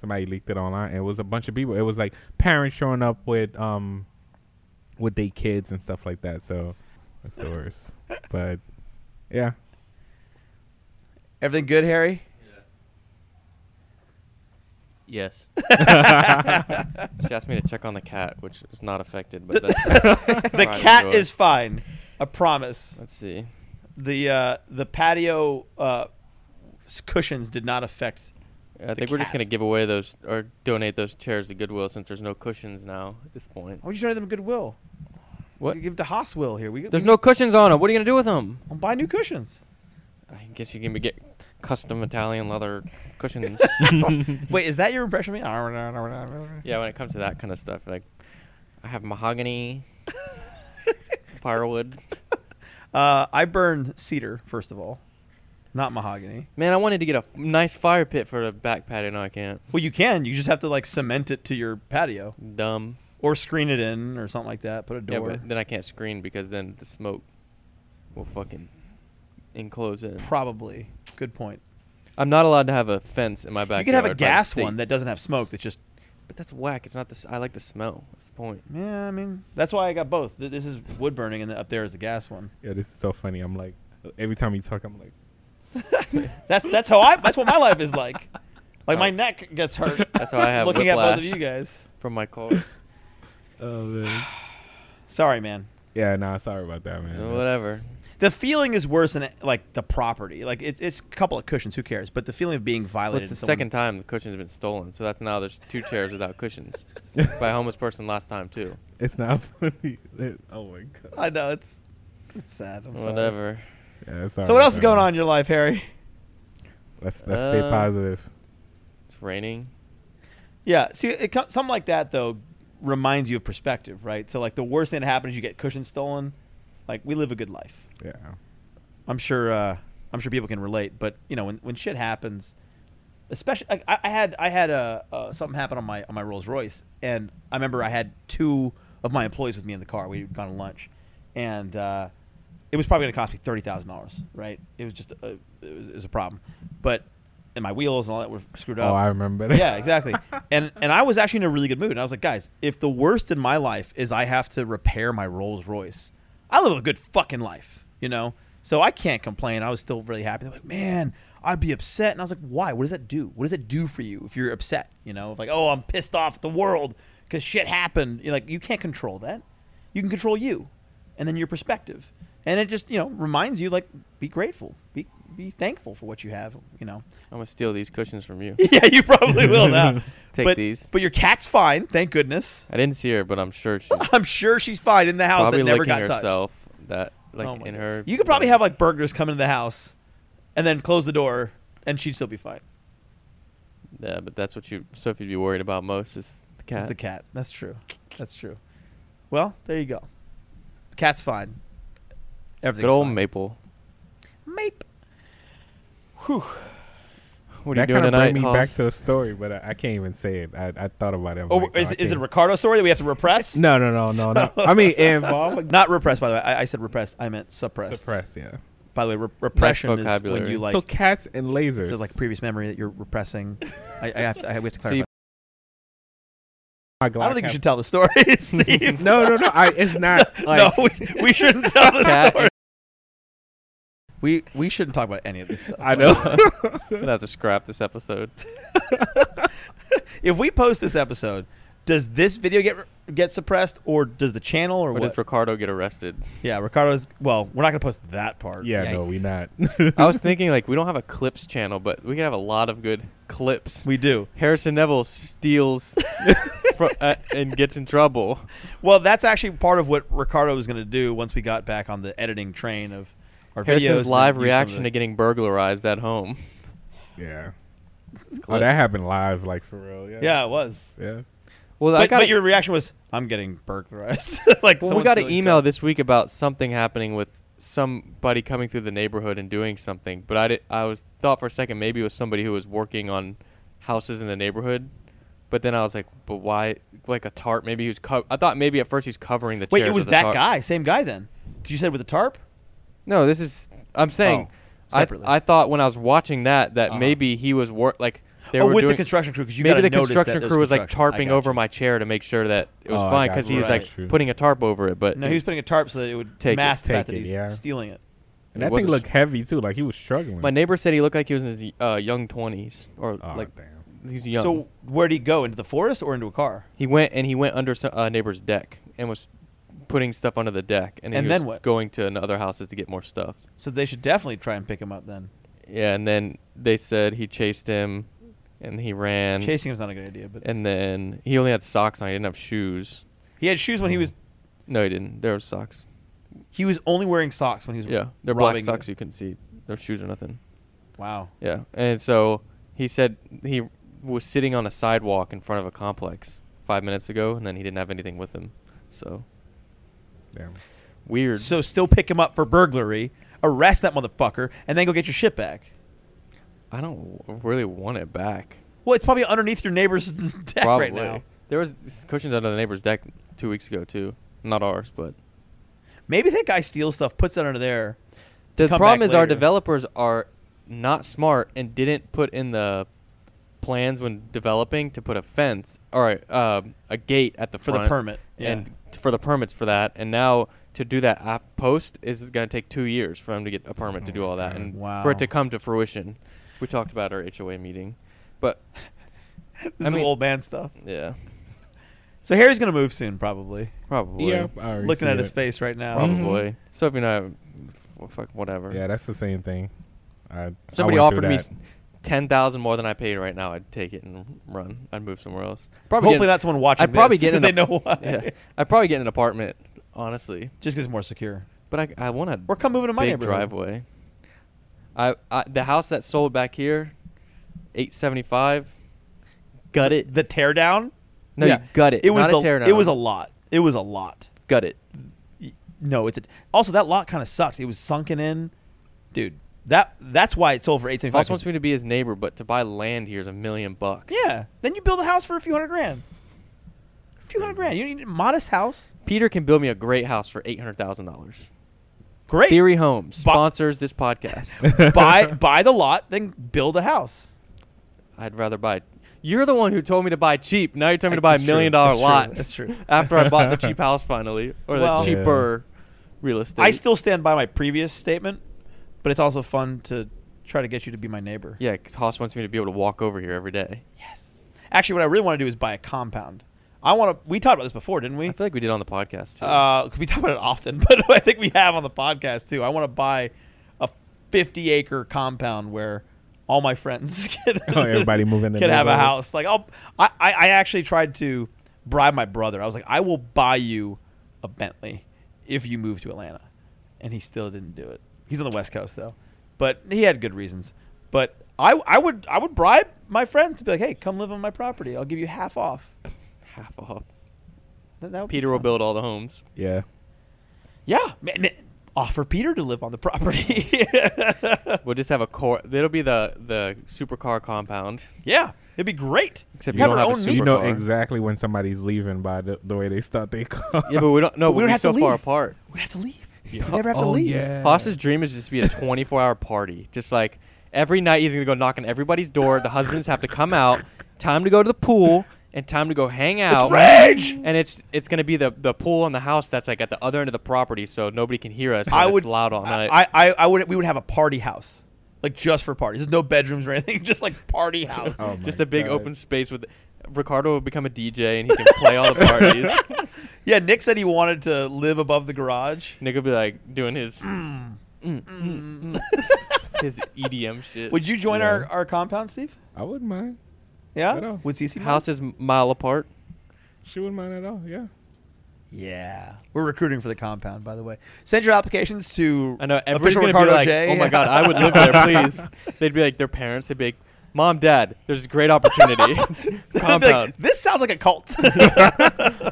[SPEAKER 2] somebody leaked it online. It was a bunch of people. It was like parents showing up with um with their kids and stuff like that. So that's the worst. But yeah,
[SPEAKER 3] Everything good, Harry?
[SPEAKER 4] Yes. she asked me to check on the cat, which is not affected, but that's,
[SPEAKER 3] The
[SPEAKER 4] Fine,
[SPEAKER 3] cat
[SPEAKER 4] enjoy.
[SPEAKER 3] is fine. I promise.
[SPEAKER 4] let's see.
[SPEAKER 3] The uh, the patio uh, s- cushions did not affect
[SPEAKER 4] I think we're just
[SPEAKER 3] cat.
[SPEAKER 4] gonna give away those or donate those chairs to Goodwill since there's no cushions now at this point.
[SPEAKER 3] Why would you donate them Goodwill?
[SPEAKER 4] What?
[SPEAKER 3] We could give it to Haas Will here. We, we
[SPEAKER 4] There's
[SPEAKER 3] can-
[SPEAKER 4] no cushions on them. What are you gonna do with them?
[SPEAKER 3] I'll buy new cushions.
[SPEAKER 4] I guess you can be- get custom Italian leather cushions.
[SPEAKER 3] Wait, is that your impression of me? I
[SPEAKER 4] yeah, when it comes to that kind of stuff, like I have mahogany, firewood.
[SPEAKER 3] Uh, I burn cedar first of all, not mahogany.
[SPEAKER 4] Man, I wanted to get a f- nice fire pit for the back patio. No, I can't.
[SPEAKER 3] Well, you can. You just have to like cement it to your patio
[SPEAKER 4] Dumb.
[SPEAKER 3] or screen it in or something like that. Put a door.
[SPEAKER 4] Yeah, but then I can't screen because then the smoke will fucking enclose it.
[SPEAKER 3] Probably. Good point.
[SPEAKER 4] I'm not allowed to have a fence in my backyard.
[SPEAKER 3] you could have a
[SPEAKER 4] by the
[SPEAKER 3] gas
[SPEAKER 4] state.
[SPEAKER 3] one that doesn't have smoke. That's just
[SPEAKER 4] but that's whack. It's not the. s- I like the smell. That's the point.
[SPEAKER 3] yeah. I mean, that's why I got both. Th- This is wood burning, and then up there is the gas one.
[SPEAKER 2] yeah, this is so funny. I'm like, every time you talk, I'm like,
[SPEAKER 3] That's that's how I. That's what my life is like. Like my neck gets hurt
[SPEAKER 4] Oh. That's how I have
[SPEAKER 3] looking at both of
[SPEAKER 4] whiplash
[SPEAKER 3] you guys.
[SPEAKER 4] from my car.
[SPEAKER 2] oh man.
[SPEAKER 3] Sorry, man.
[SPEAKER 2] Yeah, nah, sorry about that, man. That's-
[SPEAKER 4] Whatever.
[SPEAKER 3] The feeling is worse than like the property. Like it's it's a couple of cushions. Who cares? But the feeling of being
[SPEAKER 4] Well,
[SPEAKER 3] violated.
[SPEAKER 4] it's the
[SPEAKER 3] and someone-
[SPEAKER 4] second time the cushion's been stolen, so that's now there's two chairs without cushions by a homeless person last time too.
[SPEAKER 2] It's not funny. It- oh my god.
[SPEAKER 3] I know it's it's sad. I'm sorry.
[SPEAKER 4] Whatever.
[SPEAKER 2] Yeah, sorry
[SPEAKER 3] So what
[SPEAKER 2] about
[SPEAKER 3] else is
[SPEAKER 2] that,
[SPEAKER 3] going
[SPEAKER 2] man.
[SPEAKER 3] on in your life, Harry?
[SPEAKER 2] Let's let's stay
[SPEAKER 4] Uh,
[SPEAKER 2] positive.
[SPEAKER 4] It's raining.
[SPEAKER 3] Yeah. See, it, co- something like that though reminds you of perspective, right? So like the worst thing that happened is you get cushions stolen. Like we live a good life.
[SPEAKER 2] Yeah.
[SPEAKER 3] I'm sure. Uh, I'm sure people can relate. But you know, when, when shit happens, especially like I, I had I had uh uh something happen on my on my Rolls Royce, and I remember I had two of my employees with me in the car. We'd gone to lunch, and uh, it was probably going to cost me thirty thousand dollars. Right? It was just a, it, was, it was a problem, but and my wheels and all that were screwed
[SPEAKER 2] Oh,
[SPEAKER 3] up.
[SPEAKER 2] I remember that.
[SPEAKER 3] yeah, exactly. And and I was actually in a really good mood. And I was like, guys, if the worst in my life is I have to repair my Rolls Royce, I live a good fucking life, you know. So I can't complain. I was still really happy. They're like, man, I'd be upset. And I was like, why? What does that do? What does that do for you if you're upset? You know, If like, oh, I'm pissed off at the world because shit happened. You're like, you can't control that. You can control you, and then your perspective. And it just, you know, reminds you like, be grateful, be be thankful for what you have. You know.
[SPEAKER 4] I'm gonna steal these cushions from you.
[SPEAKER 3] Yeah, you probably will now.
[SPEAKER 4] Take
[SPEAKER 3] but,
[SPEAKER 4] these.
[SPEAKER 3] But your cat's fine, thank goodness.
[SPEAKER 4] I didn't see her, but I'm sure she's
[SPEAKER 3] I'm sure she's fine in the house
[SPEAKER 4] probably
[SPEAKER 3] that never
[SPEAKER 4] licking
[SPEAKER 3] got
[SPEAKER 4] herself. That like
[SPEAKER 3] touched. Oh my
[SPEAKER 4] in
[SPEAKER 3] God.
[SPEAKER 4] her.
[SPEAKER 3] you could probably have like burglars come into the house and then close the door and she'd still be fine.
[SPEAKER 4] Yeah, but that's what you Sophie'd be worried about most is the
[SPEAKER 3] It's
[SPEAKER 4] cat.
[SPEAKER 3] the cat. That's true. That's true. Well, there you go. Cat's fine. Everything's
[SPEAKER 4] Good old
[SPEAKER 3] fine.
[SPEAKER 4] Maple.
[SPEAKER 3] Mape.
[SPEAKER 4] What are you
[SPEAKER 2] That
[SPEAKER 4] doing
[SPEAKER 2] kind of
[SPEAKER 4] tonight,
[SPEAKER 2] bring me back
[SPEAKER 4] Hoss?
[SPEAKER 2] to a story, but I, I can't even say it. I, I thought about it. I'm
[SPEAKER 3] Oh,
[SPEAKER 2] like,
[SPEAKER 3] is,
[SPEAKER 2] I
[SPEAKER 3] is it a
[SPEAKER 2] can't.
[SPEAKER 3] Ricardo story that we have to repress?
[SPEAKER 2] No, no, no, no, no. I mean, involved.
[SPEAKER 3] Not repress, by the way. I, I said repressed. I meant suppressed.
[SPEAKER 2] Suppress, yeah.
[SPEAKER 3] By the way, re- repression is when
[SPEAKER 4] vocabulary.
[SPEAKER 3] you like.
[SPEAKER 2] so cats and lasers.
[SPEAKER 3] to like previous memory that you're repressing. I, I have to. I have we have to clarify.
[SPEAKER 4] See,
[SPEAKER 2] My
[SPEAKER 3] I don't think you should tell the story, Steve.
[SPEAKER 2] No, no, no. I, it's not.
[SPEAKER 3] no,
[SPEAKER 2] Like,
[SPEAKER 3] we, we shouldn't tell the
[SPEAKER 4] Cat
[SPEAKER 3] story. We we shouldn't talk about any of this stuff.
[SPEAKER 2] I know.
[SPEAKER 4] I'm gonna have to scrap this episode.
[SPEAKER 3] If we post this episode, does this video get get suppressed, or does the channel, or
[SPEAKER 4] Or
[SPEAKER 3] what?
[SPEAKER 4] does Ricardo get arrested?
[SPEAKER 3] yeah, Ricardo's. Well, we're not gonna post that part.
[SPEAKER 2] yeah, no, we not.
[SPEAKER 4] I was thinking like we don't have a clips channel, but we could have a lot of good clips.
[SPEAKER 3] we do.
[SPEAKER 4] Harrison Neville steals fro- uh, and gets in trouble.
[SPEAKER 3] Well, that's actually part of what Ricardo was gonna do once we got back on the editing train of our videos. and
[SPEAKER 4] Harrison's live
[SPEAKER 3] use some of
[SPEAKER 4] reaction
[SPEAKER 3] the-
[SPEAKER 4] to getting burglarized at home.
[SPEAKER 2] yeah.
[SPEAKER 4] It's
[SPEAKER 2] Oh,
[SPEAKER 4] clip.
[SPEAKER 2] that happened live, like for real. Yeah.
[SPEAKER 3] Yeah, it was.
[SPEAKER 2] Yeah.
[SPEAKER 4] well, I
[SPEAKER 3] But,
[SPEAKER 4] got
[SPEAKER 3] but your reaction was, "I'm getting burglarized." like
[SPEAKER 4] well, we
[SPEAKER 3] someone
[SPEAKER 4] got an
[SPEAKER 3] stealing
[SPEAKER 4] email this week about something happening with somebody coming through the neighborhood and doing something. But I did, I was thought for a second maybe it was somebody who was working on houses in the neighborhood. But then I was like, but why? Like a tarp? Maybe he was. Co- I thought maybe at first he's covering the.
[SPEAKER 3] Wait,
[SPEAKER 4] chairs
[SPEAKER 3] it was
[SPEAKER 4] with a
[SPEAKER 3] that
[SPEAKER 4] tarp.
[SPEAKER 3] guy, same guy then? Because you said with the tarp.
[SPEAKER 4] No, this is. I'm saying.
[SPEAKER 3] Oh,
[SPEAKER 4] I,
[SPEAKER 3] separately.
[SPEAKER 4] I thought when I was watching that that
[SPEAKER 3] Uh-huh.
[SPEAKER 4] maybe he was work like they
[SPEAKER 3] oh,
[SPEAKER 4] were
[SPEAKER 3] with
[SPEAKER 4] doing
[SPEAKER 3] the construction crew, because you
[SPEAKER 4] maybe
[SPEAKER 3] gotta
[SPEAKER 4] the
[SPEAKER 3] notice that
[SPEAKER 4] construction
[SPEAKER 3] there's
[SPEAKER 4] crew was like
[SPEAKER 3] construction. I
[SPEAKER 4] tarping
[SPEAKER 3] got
[SPEAKER 4] over
[SPEAKER 3] you.
[SPEAKER 4] my chair to make sure that it was
[SPEAKER 2] Oh, I
[SPEAKER 4] fine
[SPEAKER 2] got
[SPEAKER 4] because
[SPEAKER 2] you.
[SPEAKER 4] he was like
[SPEAKER 2] Right. True.
[SPEAKER 4] putting a tarp over it. But
[SPEAKER 3] No, he was putting a tarp so that it would
[SPEAKER 4] Take it.
[SPEAKER 3] mask the
[SPEAKER 2] Take
[SPEAKER 3] fact that
[SPEAKER 2] it,
[SPEAKER 3] he's
[SPEAKER 2] yeah.
[SPEAKER 3] stealing it.
[SPEAKER 2] And that
[SPEAKER 4] It
[SPEAKER 2] thing
[SPEAKER 4] wasn't-
[SPEAKER 2] looked heavy too. Like he was struggling.
[SPEAKER 4] my neighbor said he looked like he was in his uh, young twenties or
[SPEAKER 2] oh,
[SPEAKER 4] like
[SPEAKER 2] damn.
[SPEAKER 4] he's young.
[SPEAKER 3] So where would he go? Into the forest or into a car?
[SPEAKER 4] he went and he went under a uh, neighbor's deck and was putting stuff under the deck and, he
[SPEAKER 3] And
[SPEAKER 4] was
[SPEAKER 3] then what?
[SPEAKER 4] going to another houses to get more stuff.
[SPEAKER 3] So they should definitely try and pick him up then.
[SPEAKER 4] Yeah, and then they said he chased him, and he ran.
[SPEAKER 3] Chasing him's not a good idea, but
[SPEAKER 4] And then he only had socks on. He didn't have shoes.
[SPEAKER 3] he had shoes when he was
[SPEAKER 4] No, he didn't. There were socks.
[SPEAKER 3] he was only wearing socks when he was
[SPEAKER 4] Yeah, they're
[SPEAKER 3] robbing-
[SPEAKER 4] black socks. You can see no shoes or nothing.
[SPEAKER 3] Wow.
[SPEAKER 4] Yeah, and so he said he was sitting on a sidewalk in front of a complex five minutes ago, and then he didn't have anything with him. So
[SPEAKER 2] Damn.
[SPEAKER 4] weird.
[SPEAKER 3] So still pick him up for burglary, arrest that motherfucker, and then go get your shit back.
[SPEAKER 4] I don't w- really want it back.
[SPEAKER 3] Well, it's probably underneath your neighbor's deck
[SPEAKER 4] Probably.
[SPEAKER 3] right now.
[SPEAKER 4] There was cushions under the neighbor's deck two weeks ago too. Not ours, but
[SPEAKER 3] Maybe that guy steals stuff, puts it under there.
[SPEAKER 4] the
[SPEAKER 3] come
[SPEAKER 4] problem
[SPEAKER 3] back
[SPEAKER 4] is our
[SPEAKER 3] later.
[SPEAKER 4] developers are not smart and didn't put in the plans when developing to put a fence or um, a gate at the
[SPEAKER 3] For the
[SPEAKER 4] front
[SPEAKER 3] permit, yeah.
[SPEAKER 4] and t- for the permits for that and now to do that af- post is going to take two years for them to get a permit to do all
[SPEAKER 2] Oh
[SPEAKER 4] that and for
[SPEAKER 3] Wow.
[SPEAKER 4] it to come to fruition we talked about our hoa meeting but
[SPEAKER 3] This
[SPEAKER 4] I
[SPEAKER 3] is
[SPEAKER 4] mean-
[SPEAKER 3] old man stuff.
[SPEAKER 4] yeah
[SPEAKER 3] So Harry's gonna move soon, probably.
[SPEAKER 4] probably
[SPEAKER 2] Yeah. I already
[SPEAKER 3] Looking
[SPEAKER 2] see
[SPEAKER 3] at his
[SPEAKER 2] it.
[SPEAKER 3] face right now.
[SPEAKER 4] probably sophie and i well, fuck whatever
[SPEAKER 2] Yeah, that's the same thing. I,
[SPEAKER 4] Somebody
[SPEAKER 2] I went
[SPEAKER 4] offered
[SPEAKER 2] through
[SPEAKER 4] me
[SPEAKER 2] that.
[SPEAKER 4] ten thousand more than I paid right now. I'd take it and run. I'd move somewhere else.
[SPEAKER 3] Hopefully not someone watching.
[SPEAKER 4] I'd probably
[SPEAKER 3] this,
[SPEAKER 4] get
[SPEAKER 3] 'cause
[SPEAKER 4] in
[SPEAKER 3] they
[SPEAKER 4] a-
[SPEAKER 3] know why.
[SPEAKER 4] Yeah, I'd probably get an apartment, honestly.
[SPEAKER 3] Just 'cause it's more secure.
[SPEAKER 4] But I, I want a
[SPEAKER 3] Or come moving to my
[SPEAKER 4] big
[SPEAKER 3] neighborhood.
[SPEAKER 4] driveway. I, I the house that sold back here, eight seventy five. Gut it.
[SPEAKER 3] The tear down.
[SPEAKER 4] No,
[SPEAKER 3] Yeah.
[SPEAKER 4] you gut it.
[SPEAKER 3] It was
[SPEAKER 4] not
[SPEAKER 3] the,
[SPEAKER 4] a tear
[SPEAKER 3] It was a
[SPEAKER 4] down.
[SPEAKER 3] lot. It was a lot.
[SPEAKER 4] gut it.
[SPEAKER 3] Y- No, it's a, also that lot kind of sucked. It was sunken in, dude. That that's why it sold for eight seventy
[SPEAKER 4] Boss wants me
[SPEAKER 3] five.
[SPEAKER 4] to be his neighbor, but to buy land here is a million bucks.
[SPEAKER 3] Yeah. Then you build a house for a few hundred grand. A few hundred grand. You need a modest house.
[SPEAKER 4] Peter can build me a great house for eight hundred thousand dollars.
[SPEAKER 3] Great.
[SPEAKER 4] Theory Homes
[SPEAKER 3] Bo-
[SPEAKER 4] sponsors this podcast.
[SPEAKER 3] buy buy the lot, then build a house.
[SPEAKER 4] I'd rather buy. You're the one who told me to buy cheap. Now you're telling me to buy a
[SPEAKER 3] That's true.
[SPEAKER 4] million dollar
[SPEAKER 3] That's true.
[SPEAKER 4] lot
[SPEAKER 3] That's true.
[SPEAKER 4] after I bought the cheap house finally, or
[SPEAKER 3] Well-
[SPEAKER 4] the
[SPEAKER 2] Yeah.
[SPEAKER 4] cheaper real estate.
[SPEAKER 3] I still stand by my previous statement, but it's also fun to try to get you to be my neighbor.
[SPEAKER 4] yeah, because Haas wants me to be able to walk over here every day. Yes.
[SPEAKER 3] Actually, what I really want to do is buy a compound. I want to. We talked about this before, didn't we?
[SPEAKER 4] I feel like we did on the podcast too.
[SPEAKER 3] Uh, we talk about it often, but I think we have on the podcast too. I want to buy a 50 acre compound where all my friends can,
[SPEAKER 2] Oh, everybody move in the
[SPEAKER 3] can have a
[SPEAKER 2] neighborhood.
[SPEAKER 3] house. Like I'll, I, I I actually tried to bribe my brother. I was like, I will buy you a Bentley if you move to Atlanta, and he still didn't do it. He's on the West Coast though, but he had good reasons. But I, I would I would bribe my friends to be like, hey, come live on my property. I'll give you half off.
[SPEAKER 4] Half off.
[SPEAKER 3] That, that would be
[SPEAKER 4] Peter will
[SPEAKER 3] fun.
[SPEAKER 4] build all the homes.
[SPEAKER 2] Yeah.
[SPEAKER 3] Yeah, ma- ma- offer Peter to live on the property.
[SPEAKER 4] We'll just have a core. It'll be the the supercar compound.
[SPEAKER 3] yeah, it'd be great.
[SPEAKER 4] Except
[SPEAKER 3] Have
[SPEAKER 4] you don't
[SPEAKER 3] our
[SPEAKER 4] have a
[SPEAKER 3] own
[SPEAKER 4] super
[SPEAKER 3] meat.
[SPEAKER 2] You know
[SPEAKER 4] car.
[SPEAKER 2] exactly when somebody's leaving by the, the way they start their car.
[SPEAKER 4] Yeah, but we don't. No,
[SPEAKER 3] Uh, But we
[SPEAKER 4] we're
[SPEAKER 3] don't have to
[SPEAKER 4] so far
[SPEAKER 3] leave.
[SPEAKER 4] apart.
[SPEAKER 3] We'd have to leave. We'd never have to
[SPEAKER 2] oh,
[SPEAKER 3] leave.
[SPEAKER 2] Yeah.
[SPEAKER 4] Haas's dream is just to be a 24 hour party. Just like every night he's gonna go knock on everybody's door. The husbands have to come out. Time to go to the pool and time to go hang out.
[SPEAKER 3] Rage.
[SPEAKER 4] and it's it's gonna be the the pool and the house that's like at the other end of the property, so nobody can hear us.
[SPEAKER 3] I
[SPEAKER 4] when
[SPEAKER 3] would
[SPEAKER 4] it's loud all night.
[SPEAKER 3] I, I, I would. We would have a party house, like just for parties. There's no bedrooms or anything. Just like party house.
[SPEAKER 2] Oh my
[SPEAKER 4] just a big
[SPEAKER 2] God.
[SPEAKER 4] open space with Ricardo will become a DJ and he can play all the parties.
[SPEAKER 3] Yeah, Nick said he wanted to live above the garage.
[SPEAKER 4] Nick will be like doing his mm, mm, mm. his EDM shit.
[SPEAKER 3] Would you join
[SPEAKER 2] Yeah.
[SPEAKER 3] our, our compound, Steve?
[SPEAKER 2] I wouldn't mind. At
[SPEAKER 3] Yeah.
[SPEAKER 2] all.
[SPEAKER 3] Would Cece? mind?
[SPEAKER 4] house is mile apart?
[SPEAKER 2] She wouldn't mind at all. Yeah.
[SPEAKER 3] Yeah. We're recruiting for the compound, by the way. Send your applications to
[SPEAKER 4] I know everybody's
[SPEAKER 3] official
[SPEAKER 4] gonna
[SPEAKER 3] Ricardo
[SPEAKER 4] be like,
[SPEAKER 3] J.
[SPEAKER 4] "Oh my god, I would live there, please." They'd be like, their parents. They'd be like, "Mom, Dad, there's a great opportunity."
[SPEAKER 3] They'd be like,
[SPEAKER 4] Compound.
[SPEAKER 3] this sounds like a cult.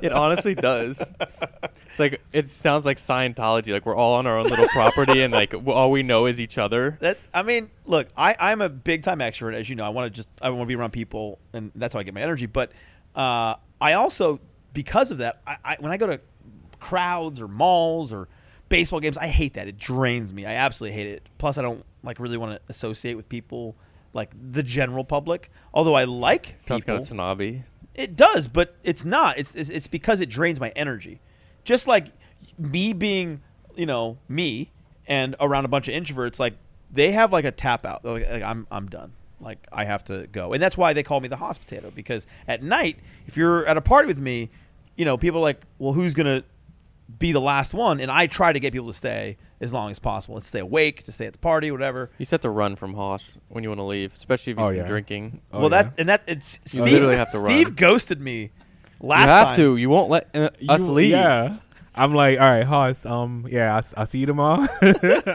[SPEAKER 4] It honestly does. It's like it sounds like Scientology. Like we're all on our own little property, and like w- all we know is each other.
[SPEAKER 3] That I mean, look, I I'm a big time extrovert, as you know. I want to just I want to be around people, and that's how I get my energy. But uh, I also, because of that, I, I when I go to crowds or malls or baseball games, I hate that. It drains me. I absolutely hate it. Plus, I don't like really want to associate with people like the general public. Although I like
[SPEAKER 4] Sounds
[SPEAKER 3] people,
[SPEAKER 4] kind of snobby.
[SPEAKER 3] it does, but it's not. It's, it's it's because it drains my energy. Just like me being, you know, me and around a bunch of introverts, like they have like a tap out. They're Like, like, I'm I'm done. Like I have to go, and that's why they call me the hoss potato because at night, if you're at a party with me, you know, people are like, well, who's gonna be the last one? And I try to get people to stay as long as possible, and stay awake, to stay at the party, whatever.
[SPEAKER 4] You just have to run from Haas when you want to leave, especially if you've
[SPEAKER 2] Oh,
[SPEAKER 4] been
[SPEAKER 2] yeah.
[SPEAKER 4] drinking.
[SPEAKER 2] Oh,
[SPEAKER 3] well, that
[SPEAKER 2] yeah.
[SPEAKER 3] and that it's Steve.
[SPEAKER 4] literally have to run.
[SPEAKER 3] Steve ghosted me last
[SPEAKER 4] you have
[SPEAKER 3] time.
[SPEAKER 4] to. You won't let uh, us
[SPEAKER 2] You-
[SPEAKER 4] leave.
[SPEAKER 2] Yeah. I'm like, all right, Hoss. Um, yeah, I'll, s- I'll see you tomorrow.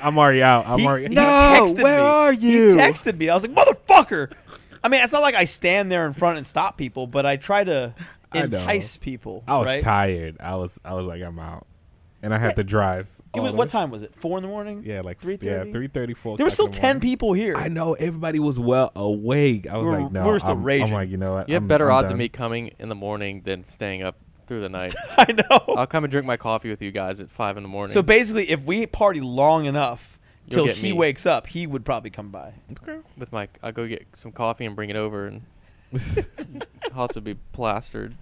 [SPEAKER 2] I'm already out. I'm
[SPEAKER 3] He-
[SPEAKER 2] already.
[SPEAKER 3] he
[SPEAKER 4] No,
[SPEAKER 3] texted
[SPEAKER 4] where
[SPEAKER 3] me.
[SPEAKER 4] are you?
[SPEAKER 3] He texted me. I was like, motherfucker. I mean, it's not like I stand there in front and stop people, but I try to
[SPEAKER 2] I know.
[SPEAKER 3] entice people.
[SPEAKER 2] I was
[SPEAKER 3] right?
[SPEAKER 2] tired. I was. I was like, I'm out, and I had
[SPEAKER 3] Yeah.
[SPEAKER 2] to drive.
[SPEAKER 3] It was-
[SPEAKER 2] all
[SPEAKER 3] what
[SPEAKER 2] the-
[SPEAKER 3] time was it? Four in the morning.
[SPEAKER 2] Yeah, like
[SPEAKER 3] Three
[SPEAKER 2] Yeah,
[SPEAKER 3] thirty?
[SPEAKER 2] three thirty four.
[SPEAKER 3] There were still ten people here.
[SPEAKER 2] I know everybody was well awake. I was
[SPEAKER 3] We were-
[SPEAKER 2] like, no,
[SPEAKER 3] we were still
[SPEAKER 2] I'm,
[SPEAKER 3] raging.
[SPEAKER 2] I'm like, you know what?
[SPEAKER 4] You have
[SPEAKER 2] I'm-
[SPEAKER 4] better
[SPEAKER 2] I'm
[SPEAKER 4] odds
[SPEAKER 2] done.
[SPEAKER 4] of me coming in the morning than staying up through the night.
[SPEAKER 3] I know.
[SPEAKER 4] I'll come and drink my coffee with you guys at five in the morning.
[SPEAKER 3] So basically, if we party long enough
[SPEAKER 4] You'll
[SPEAKER 3] till
[SPEAKER 4] get
[SPEAKER 3] he
[SPEAKER 4] me.
[SPEAKER 3] wakes up, he would probably come by.
[SPEAKER 4] with my, I'll go get some coffee and bring it over, and Haas would be plastered.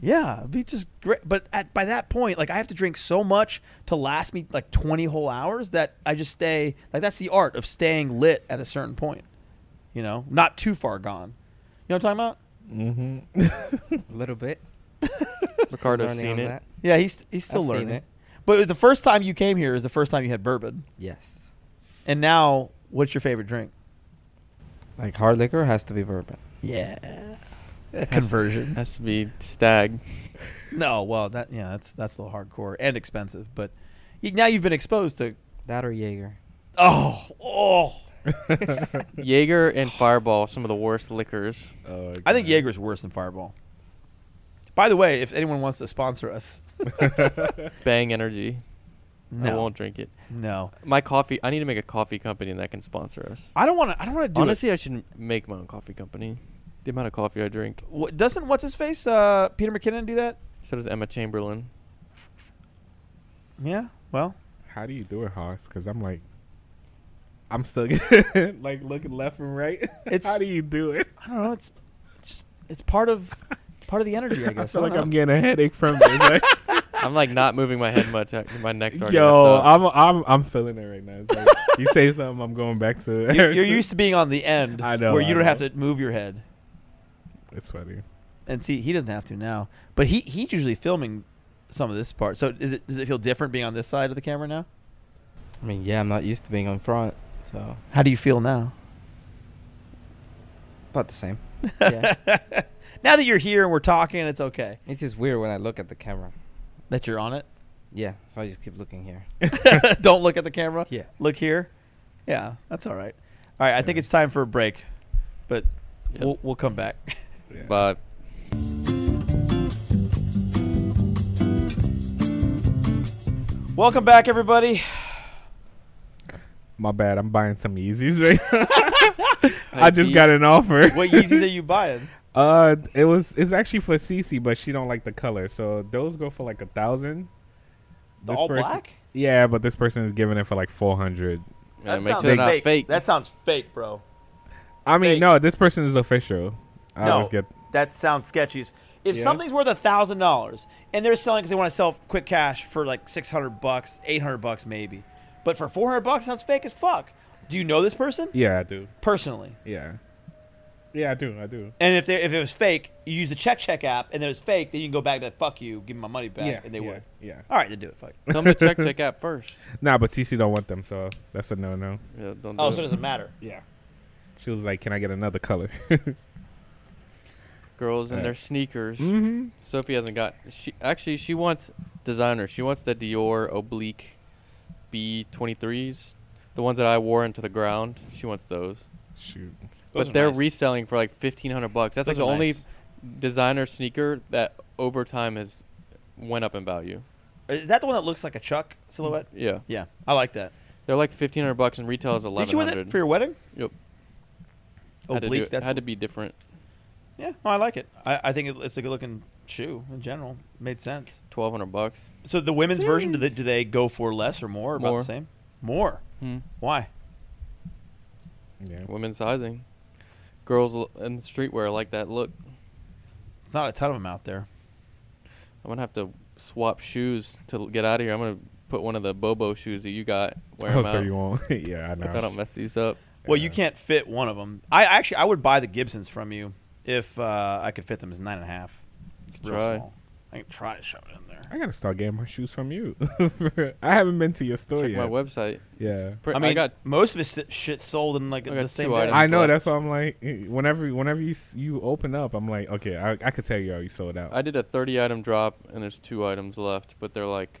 [SPEAKER 3] Yeah, it'd be just great. But at, by that point, like I have to drink so much to last me like twenty whole hours that I just stay. Like that's the art of staying lit at a certain point. You know, not too far gone. You know what I'm talking about?
[SPEAKER 5] A little bit.
[SPEAKER 4] Ricardo's
[SPEAKER 5] Learning
[SPEAKER 4] seen
[SPEAKER 5] on
[SPEAKER 4] it.
[SPEAKER 5] that.
[SPEAKER 3] Yeah, he's he's still
[SPEAKER 5] I've seen
[SPEAKER 3] learning.
[SPEAKER 5] it.
[SPEAKER 3] But it was the first time you came here is the first time you had bourbon,
[SPEAKER 5] Yes.
[SPEAKER 3] and now what's your favorite drink?
[SPEAKER 5] Like hard liquor has to be bourbon.
[SPEAKER 3] Yeah, conversion.
[SPEAKER 4] Has to be stag.
[SPEAKER 3] no, well that yeah that's that's a little hardcore and expensive, but y- now you've been exposed to
[SPEAKER 5] That or Jaeger.
[SPEAKER 3] oh oh.
[SPEAKER 4] Jaeger and Fireball, some of the worst liquors.
[SPEAKER 2] Oh,
[SPEAKER 3] I think
[SPEAKER 2] God.
[SPEAKER 3] Jaeger's worse than Fireball. By the way, if anyone wants to sponsor us,
[SPEAKER 4] Bang Energy.
[SPEAKER 3] no,
[SPEAKER 4] I won't drink it.
[SPEAKER 3] no,
[SPEAKER 4] My coffee. I need to make a coffee company that can sponsor us.
[SPEAKER 3] I don't want to. I don't want to do
[SPEAKER 4] Honestly, I should m- make my own coffee company. The amount of coffee I drink.
[SPEAKER 3] it. Wha- doesn't what's his face, uh, Peter McKinnon, do that?
[SPEAKER 4] So does Emma Chamberlain.
[SPEAKER 3] Yeah. Well,
[SPEAKER 2] How do you do it, Hoss? Because I'm like, I'm still like looking left and right.
[SPEAKER 3] It's-
[SPEAKER 2] How do you do it?
[SPEAKER 3] I don't know. It's just it's part of part of the energy, I
[SPEAKER 2] I
[SPEAKER 3] guess.
[SPEAKER 2] feel
[SPEAKER 3] I
[SPEAKER 2] like
[SPEAKER 3] don't
[SPEAKER 2] I'm
[SPEAKER 3] know.
[SPEAKER 2] getting a headache from this. Like,
[SPEAKER 4] I'm like not moving my head much. uh, My neck's already.
[SPEAKER 2] yo,
[SPEAKER 4] messed up.
[SPEAKER 2] I'm I'm I'm feeling it right now. It's like, you say something, I'm going back to.
[SPEAKER 3] You're, you're used to being on the end,
[SPEAKER 2] I know,
[SPEAKER 3] where you
[SPEAKER 2] I
[SPEAKER 3] don't have
[SPEAKER 2] know.
[SPEAKER 3] to move your head.
[SPEAKER 2] It's funny.
[SPEAKER 3] And see, he doesn't have to now, but he he's usually filming some of this part. So is it does it feel different being on this side of the camera now?
[SPEAKER 5] I mean, yeah, I'm not used to being on front, so
[SPEAKER 3] How do you feel now?
[SPEAKER 5] about the same. yeah,
[SPEAKER 3] Now that you're here and we're talking, it's okay
[SPEAKER 5] it's just weird when I look at the camera.
[SPEAKER 3] that you're on it.
[SPEAKER 5] Yeah, so I just keep looking here.
[SPEAKER 3] don't look at the camera.
[SPEAKER 5] Yeah.
[SPEAKER 3] Look here. Yeah, that's all right. All right, I think it's time for a break, but
[SPEAKER 4] Yep.
[SPEAKER 3] we'll we'll come back.
[SPEAKER 2] Yeah.
[SPEAKER 4] But
[SPEAKER 3] Welcome back, everybody.
[SPEAKER 2] My bad. I'm buying some Yeezys right. I just got an offer.
[SPEAKER 3] What Yeezys are you buying?
[SPEAKER 2] Uh, it was. It's actually for Cece, but she don't like the color, so those go for like a thousand.
[SPEAKER 3] The
[SPEAKER 2] This
[SPEAKER 3] all
[SPEAKER 2] person-
[SPEAKER 3] black?
[SPEAKER 2] Yeah, but this person is giving it for like four hundred.
[SPEAKER 4] Yeah, make sure they're not fake.
[SPEAKER 3] That sounds fake, bro.
[SPEAKER 2] I mean,
[SPEAKER 3] Fake.
[SPEAKER 2] no, this person is official. I
[SPEAKER 3] No.
[SPEAKER 2] always get.
[SPEAKER 3] That sounds sketchy. as- If
[SPEAKER 2] Yeah.
[SPEAKER 3] something's worth a thousand dollars and they're selling because they want to sell quick cash for like six hundred bucks, eight hundred bucks maybe, but for four hundred bucks sounds fake as fuck. Do you know this person
[SPEAKER 2] Yeah, I do.
[SPEAKER 3] personally?
[SPEAKER 2] Yeah, yeah, I do. I do.
[SPEAKER 3] And if they if it was fake, you use the check check app, and it was fake, then you can go back to fuck you, give me my money back,
[SPEAKER 2] yeah,
[SPEAKER 3] and they
[SPEAKER 2] yeah,
[SPEAKER 3] would.
[SPEAKER 2] Yeah.
[SPEAKER 3] All right, then do it. Fuck.
[SPEAKER 4] tell them to check check app first.
[SPEAKER 2] Nah, but Cece don't want them, so that's a no no.
[SPEAKER 4] Yeah, don't do
[SPEAKER 3] Oh,
[SPEAKER 4] it.
[SPEAKER 3] so it doesn't matter.
[SPEAKER 2] Yeah. She was like, "Can I get another color?"
[SPEAKER 4] girls in
[SPEAKER 2] Yeah.
[SPEAKER 4] their sneakers.
[SPEAKER 2] mm-hmm.
[SPEAKER 4] Sophie hasn't got. She actually she wants designer. She wants the Dior oblique B23s, the ones that I wore into the ground. She wants those,
[SPEAKER 2] Shoot.
[SPEAKER 3] Those are
[SPEAKER 4] but they're
[SPEAKER 3] nice.
[SPEAKER 4] reselling for like fifteen hundred bucks. That's
[SPEAKER 3] Those
[SPEAKER 4] like the
[SPEAKER 3] are
[SPEAKER 4] only
[SPEAKER 3] nice.
[SPEAKER 4] designer sneaker that over time has went up in value.
[SPEAKER 3] Is that the one that looks like a Chuck silhouette?
[SPEAKER 4] Yeah,
[SPEAKER 3] Yeah, I like that.
[SPEAKER 4] they're like fifteen hundred bucks and retail is
[SPEAKER 3] Did
[SPEAKER 4] eleven
[SPEAKER 3] you wear that
[SPEAKER 4] hundred.
[SPEAKER 3] for your wedding?
[SPEAKER 4] Yep.
[SPEAKER 3] Oh,
[SPEAKER 4] had, to, do
[SPEAKER 3] bleak.
[SPEAKER 4] it.
[SPEAKER 3] That's
[SPEAKER 4] had to be different.
[SPEAKER 3] yeah. No, I like it. I, I think it, it's a good looking shoe in general. Made sense.
[SPEAKER 4] Twelve hundred bucks.
[SPEAKER 3] So the women's version, do they, do they go for less or more? Or About
[SPEAKER 4] More.
[SPEAKER 3] the same. More.
[SPEAKER 4] Hmm.
[SPEAKER 3] Why?
[SPEAKER 2] Yeah.
[SPEAKER 4] Women's sizing. Girls l- in streetwear like that look.
[SPEAKER 3] It's not a ton of them out there.
[SPEAKER 4] I'm gonna have to swap shoes to l- get out of here. I'm gonna put one of the Bobo shoes that you got. Wear
[SPEAKER 2] Oh,
[SPEAKER 4] them
[SPEAKER 2] so
[SPEAKER 4] out.
[SPEAKER 2] you won't. yeah, I
[SPEAKER 4] If I
[SPEAKER 2] know.
[SPEAKER 4] don't mess these up.
[SPEAKER 3] Well, you
[SPEAKER 2] Yeah.
[SPEAKER 3] can't fit one of them. I actually I would buy the Gibsons from you if uh, I could fit them as nine and a half. Real
[SPEAKER 4] try.
[SPEAKER 3] small. I can try to shove it in there.
[SPEAKER 2] I gotta start getting my shoes from you. I haven't been to your store
[SPEAKER 4] Check
[SPEAKER 2] yet.
[SPEAKER 4] my website. It's
[SPEAKER 2] Oh, Yeah.
[SPEAKER 4] pre-
[SPEAKER 3] I mean,
[SPEAKER 4] got
[SPEAKER 3] most of his si- shit sold in like
[SPEAKER 4] I got
[SPEAKER 3] the same
[SPEAKER 4] two
[SPEAKER 3] day.
[SPEAKER 4] items.
[SPEAKER 2] I know.
[SPEAKER 4] left.
[SPEAKER 2] That's why I'm like, eh, whenever whenever you s- you open up, I'm like, okay, I, I could tell you already sold out.
[SPEAKER 4] I did a 30 item drop and there's two items left, but they're like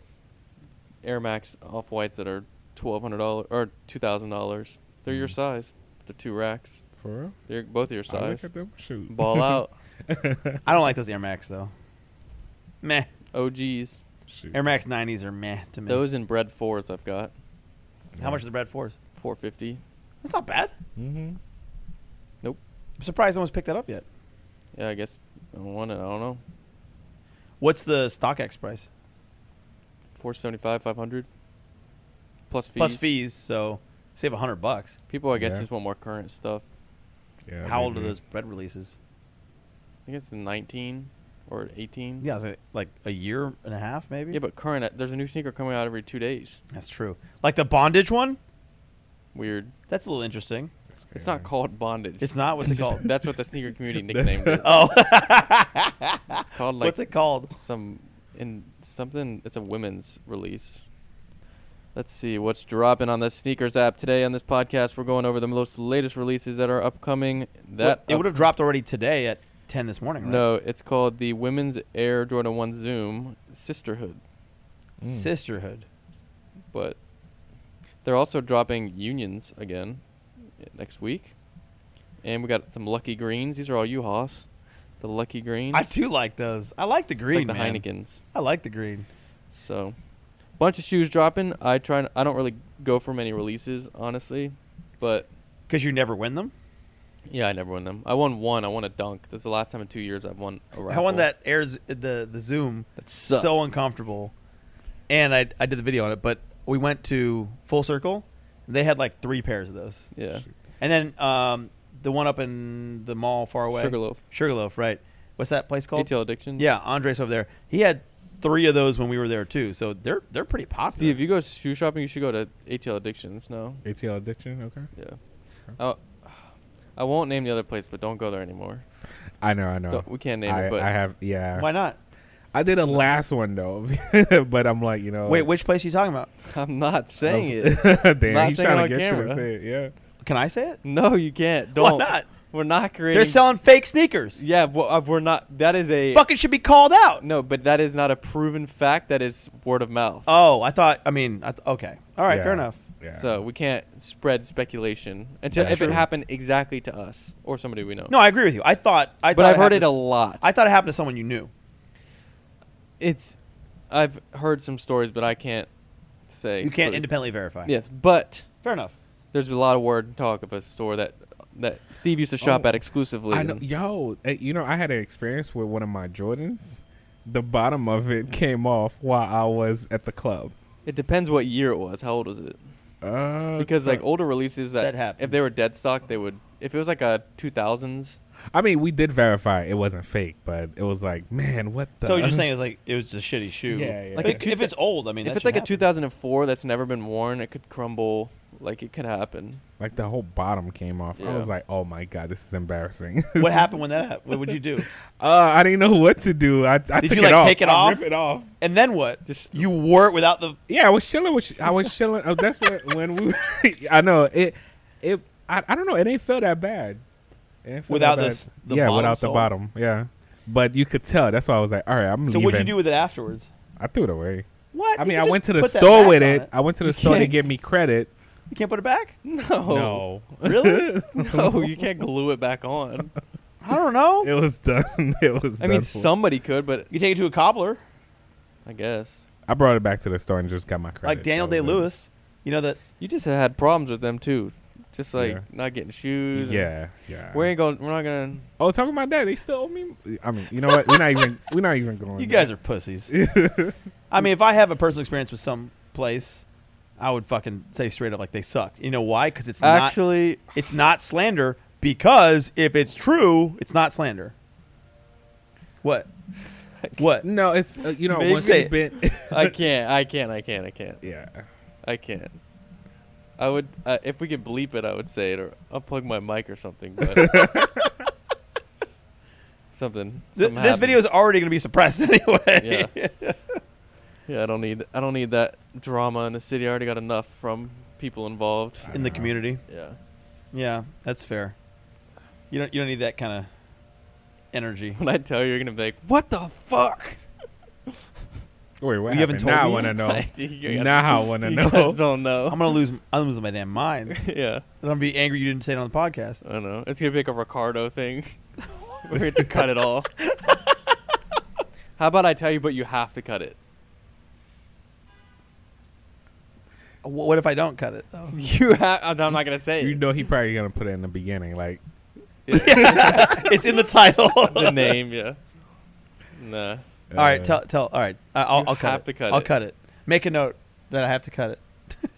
[SPEAKER 4] Air Max off whites that are twelve hundred dollars or two thousand dollars. They're your size. They're two racks.
[SPEAKER 2] For real?
[SPEAKER 4] They're both your
[SPEAKER 2] Hmm. I look
[SPEAKER 4] size.
[SPEAKER 2] at them. Shoot.
[SPEAKER 4] Ball out.
[SPEAKER 3] I don't like those Air Max though. Meh.
[SPEAKER 4] OGs.
[SPEAKER 2] Shoot.
[SPEAKER 3] Air Max 90s are meh to me.
[SPEAKER 4] Those in bread fours I've got.
[SPEAKER 3] How much is the bread fours?
[SPEAKER 4] Four fifty.
[SPEAKER 3] That's not bad.
[SPEAKER 2] Mm-hmm.
[SPEAKER 3] I'm surprised no one's picked that up yet.
[SPEAKER 4] Yeah, I guess I don't want it. I don't know.
[SPEAKER 3] What's the StockX price?
[SPEAKER 4] Four seventy five, five hundred. Plus fees.
[SPEAKER 3] Plus fees, so save a hundred bucks.
[SPEAKER 4] People, I guess,
[SPEAKER 2] Yeah.
[SPEAKER 4] just want more current stuff.
[SPEAKER 2] Yeah,
[SPEAKER 3] How old are
[SPEAKER 2] maybe.
[SPEAKER 3] those bread releases?
[SPEAKER 4] I think it's 19 or 18.
[SPEAKER 3] Yeah, is it like a year and a half maybe?
[SPEAKER 4] Yeah, but current, uh, there's a new sneaker coming out every two days.
[SPEAKER 3] That's true. Like the bondage one?
[SPEAKER 4] Weird.
[SPEAKER 3] That's a little interesting.
[SPEAKER 2] That's
[SPEAKER 4] It's not
[SPEAKER 2] crazy.
[SPEAKER 4] called bondage.
[SPEAKER 3] It's not what's it
[SPEAKER 4] It's just-
[SPEAKER 3] called.
[SPEAKER 4] That's what the sneaker community nicknamed it.
[SPEAKER 3] Oh.
[SPEAKER 4] It's called like
[SPEAKER 3] what's it called?
[SPEAKER 4] some in something. It's a women's release. Let's see what's dropping on the sneakers app today on this podcast. We're going over the most latest releases that are upcoming. That uh,
[SPEAKER 3] What- it would have dropped already today at 10 this morning, right?
[SPEAKER 4] No, it's called the Women's Air Jordan 1 Zoom Sisterhood.
[SPEAKER 2] Mm.
[SPEAKER 3] Sisterhood.
[SPEAKER 4] but they're also dropping unions again i- next week. And we got some lucky greens. These are all you Haas. The lucky greens.
[SPEAKER 3] I do like those. I like the green,
[SPEAKER 4] it's like the
[SPEAKER 3] man.
[SPEAKER 4] Heinekens.
[SPEAKER 3] I like the green.
[SPEAKER 4] So bunch of shoes dropping. I try and, I don't really go for many releases, honestly. But
[SPEAKER 3] Because you never win them?
[SPEAKER 4] yeah, I never win them. I won one. I won a dunk. This is the last time in two years I've won a raffle.
[SPEAKER 3] I won that airs the the Zoom.
[SPEAKER 4] That sucked.
[SPEAKER 3] so uncomfortable. And I I did the video on it, but we went to Full Circle They had like three pairs of those.
[SPEAKER 4] Yeah.
[SPEAKER 3] And then um, the one up in the mall far away.
[SPEAKER 4] Sugarloaf.
[SPEAKER 3] Sugarloaf, right. What's that place called?
[SPEAKER 4] ATL Addiction.
[SPEAKER 3] Yeah, Andres over there. He had three of those when we were there too. So they're they're pretty
[SPEAKER 4] Steve,
[SPEAKER 3] popular.
[SPEAKER 4] if you go shoe shopping, you should go to ATL Addictions now.
[SPEAKER 2] ATL addiction. Okay.
[SPEAKER 4] Yeah. Uh, I won't name the other place, but don't go there anymore.
[SPEAKER 2] I know. I know.
[SPEAKER 4] Don't- we can't name
[SPEAKER 2] I,
[SPEAKER 4] it, but
[SPEAKER 2] I have. Yeah.
[SPEAKER 3] Why not?
[SPEAKER 2] I did a last one though, but I'm like, you
[SPEAKER 4] Uh,
[SPEAKER 2] know.
[SPEAKER 3] Wait, which place are you talking about?
[SPEAKER 4] I'm not saying it.
[SPEAKER 2] it. Damn,
[SPEAKER 4] Not
[SPEAKER 2] he's
[SPEAKER 4] saying it
[SPEAKER 2] trying to
[SPEAKER 4] on
[SPEAKER 2] get you to
[SPEAKER 4] camera.
[SPEAKER 2] say it. Yeah.
[SPEAKER 3] Can I say it?
[SPEAKER 4] No, you can't.
[SPEAKER 3] Why
[SPEAKER 4] Don't.
[SPEAKER 3] not?
[SPEAKER 4] We're not creating.
[SPEAKER 3] They're selling fake sneakers.
[SPEAKER 4] Yeah, well, uh, we're not. That is a
[SPEAKER 3] Fucking should be called out.
[SPEAKER 4] No, but that is not a proven fact. That is word of mouth.
[SPEAKER 3] Oh, I thought. I mean, I th- okay. All right,
[SPEAKER 2] Yeah.
[SPEAKER 3] fair enough.
[SPEAKER 2] Yeah.
[SPEAKER 4] So we can't spread speculation until
[SPEAKER 2] That's
[SPEAKER 4] if
[SPEAKER 2] true.
[SPEAKER 4] it happened exactly to us or somebody we know.
[SPEAKER 3] No, I agree with you. I thought. I
[SPEAKER 4] but
[SPEAKER 3] thought
[SPEAKER 4] I've heard it
[SPEAKER 3] happened
[SPEAKER 4] a
[SPEAKER 3] to s-
[SPEAKER 4] lot.
[SPEAKER 3] I thought it happened to someone you knew.
[SPEAKER 4] it's. I've heard some stories, but I can't say.
[SPEAKER 3] You can't
[SPEAKER 4] completely.
[SPEAKER 3] independently verify.
[SPEAKER 4] Yes, but
[SPEAKER 3] Fair enough.
[SPEAKER 4] there's a lot of word and talk of a store that that Steve used to shop
[SPEAKER 2] Oh.
[SPEAKER 4] at exclusively.
[SPEAKER 2] I know,
[SPEAKER 4] and-
[SPEAKER 2] yo, eh, you know, I had an experience with one of my Jordans. The bottom of it came off while I was at the club.
[SPEAKER 4] It depends what year it was. How old was it?
[SPEAKER 2] Uh,
[SPEAKER 4] Because like older releases that,
[SPEAKER 3] Oh, That happens.
[SPEAKER 4] if they were dead stock, they would. If it was like a 2000s,
[SPEAKER 2] I mean, we did verify it wasn't fake, but it was like, man, what the?
[SPEAKER 3] So you're just saying it's like it was just a shitty shoe.
[SPEAKER 2] Yeah, yeah.
[SPEAKER 3] Like
[SPEAKER 4] Like a
[SPEAKER 3] if,
[SPEAKER 4] two-
[SPEAKER 3] if it's old, I mean,
[SPEAKER 4] if
[SPEAKER 3] that
[SPEAKER 4] it's like
[SPEAKER 3] should
[SPEAKER 4] a
[SPEAKER 3] happen.
[SPEAKER 4] 2004 that's never been worn, it could crumble. Like it could happen.
[SPEAKER 2] like the whole bottom came off. I
[SPEAKER 4] Yeah.
[SPEAKER 2] was like, oh my god, this is embarrassing.
[SPEAKER 3] What happened when that happened? What would you do?
[SPEAKER 2] uh, I didn't know what to do. I, I
[SPEAKER 3] Did
[SPEAKER 2] took
[SPEAKER 3] you,
[SPEAKER 2] it
[SPEAKER 3] like,
[SPEAKER 2] off.
[SPEAKER 3] take it
[SPEAKER 2] I
[SPEAKER 3] off?
[SPEAKER 2] Rip it off.
[SPEAKER 3] And then what?
[SPEAKER 4] Just-
[SPEAKER 3] you wore it without the.
[SPEAKER 2] Yeah, I was chilling with. sh- I was chilling. Oh, that's what, when we. I know it. It. I, I don't know. It ain't feel that bad. It ain't feel
[SPEAKER 3] Without
[SPEAKER 2] that bad.
[SPEAKER 3] this- the
[SPEAKER 2] yeah,
[SPEAKER 3] bottom
[SPEAKER 2] without the
[SPEAKER 3] sole?
[SPEAKER 2] bottom. Yeah, but you could tell. That's why I was like, all right, I'm
[SPEAKER 3] So
[SPEAKER 2] leaving.
[SPEAKER 3] what'd you do with it afterwards?
[SPEAKER 2] I threw it away.
[SPEAKER 3] What?
[SPEAKER 2] I
[SPEAKER 3] You
[SPEAKER 2] mean,
[SPEAKER 3] can
[SPEAKER 2] I
[SPEAKER 3] just
[SPEAKER 2] went to the
[SPEAKER 3] put that
[SPEAKER 2] store
[SPEAKER 3] back
[SPEAKER 2] with
[SPEAKER 3] on
[SPEAKER 2] it. I went to the store to give me credit.
[SPEAKER 3] You can't put it back. Oh.
[SPEAKER 4] No,
[SPEAKER 2] No,
[SPEAKER 3] Really?
[SPEAKER 4] no, you can't glue it back on.
[SPEAKER 3] I don't know.
[SPEAKER 2] it was done. It was.
[SPEAKER 4] I mean,
[SPEAKER 2] done for.
[SPEAKER 4] somebody could, but
[SPEAKER 3] You take it to a cobbler,
[SPEAKER 4] I guess
[SPEAKER 2] I brought it back to the store and just got my credit.
[SPEAKER 3] like Daniel
[SPEAKER 2] That
[SPEAKER 3] Day
[SPEAKER 2] was it.
[SPEAKER 3] Lewis. You know that
[SPEAKER 4] you just had problems with them too, just like
[SPEAKER 2] Yeah.
[SPEAKER 4] not getting shoes. and
[SPEAKER 2] Yeah, yeah.
[SPEAKER 4] we ain't going. We're not gonna.
[SPEAKER 2] oh, talking about that, they still owe me. I mean, you know what? We're not even. We're not even going.
[SPEAKER 3] you
[SPEAKER 2] there.
[SPEAKER 3] guys are pussies. I mean, if I have a personal experience with some place, I would fucking say straight up like they sucked. You know why? Because it's not
[SPEAKER 4] Actually,
[SPEAKER 3] it's not slander. Because if it's true, it's not slander. What? What?
[SPEAKER 2] No, it's uh, you know
[SPEAKER 3] Maybe-
[SPEAKER 2] once you've been.
[SPEAKER 4] I can't. I can't. I can't. I can't.
[SPEAKER 2] yeah.
[SPEAKER 4] I can't. I would uh, if we could bleep it. I would say it or unplug my mic or something. But something.
[SPEAKER 3] Th-
[SPEAKER 4] something
[SPEAKER 3] this
[SPEAKER 4] happened.
[SPEAKER 3] video is already going to be suppressed anyway.
[SPEAKER 4] Yeah. Yeah, I don't need. I don't need that drama in the city. I already got enough from people involved.
[SPEAKER 2] I
[SPEAKER 3] In the
[SPEAKER 2] know.
[SPEAKER 3] community.
[SPEAKER 4] Yeah.
[SPEAKER 3] Yeah, that's fair. You don't you don't need that kind of energy.
[SPEAKER 4] When I tell you, you're gonna be like, "What the fuck?"
[SPEAKER 2] Wait, what
[SPEAKER 3] You
[SPEAKER 2] happened?
[SPEAKER 3] haven't told
[SPEAKER 2] now
[SPEAKER 3] me?
[SPEAKER 2] I want to know.
[SPEAKER 4] you guys-
[SPEAKER 2] now I want to
[SPEAKER 4] you guys
[SPEAKER 2] know.
[SPEAKER 4] don't know.
[SPEAKER 3] I'm gonna lose I'm losing my damn mind. And
[SPEAKER 4] yeah.
[SPEAKER 3] I'm gonna be angry you didn't say it on the podcast.
[SPEAKER 4] I don't know. It's gonna be like a Ricardo thing. We're going to cut it off. How about I tell you, but you have to cut it.
[SPEAKER 3] Wh- What if I don't cut it? though?
[SPEAKER 4] You have. I'm not gonna say
[SPEAKER 2] You
[SPEAKER 4] it.
[SPEAKER 2] know he probably gonna put it in the beginning, like
[SPEAKER 3] it's in the title.
[SPEAKER 4] the name. Yeah. Nah.
[SPEAKER 2] uh,
[SPEAKER 3] All right, tell tell. All right, I- I'll,
[SPEAKER 4] You
[SPEAKER 3] I'll cut
[SPEAKER 4] have
[SPEAKER 3] it.
[SPEAKER 4] to cut
[SPEAKER 3] I'll
[SPEAKER 4] it.
[SPEAKER 3] cut it. Make a note that I have to cut it.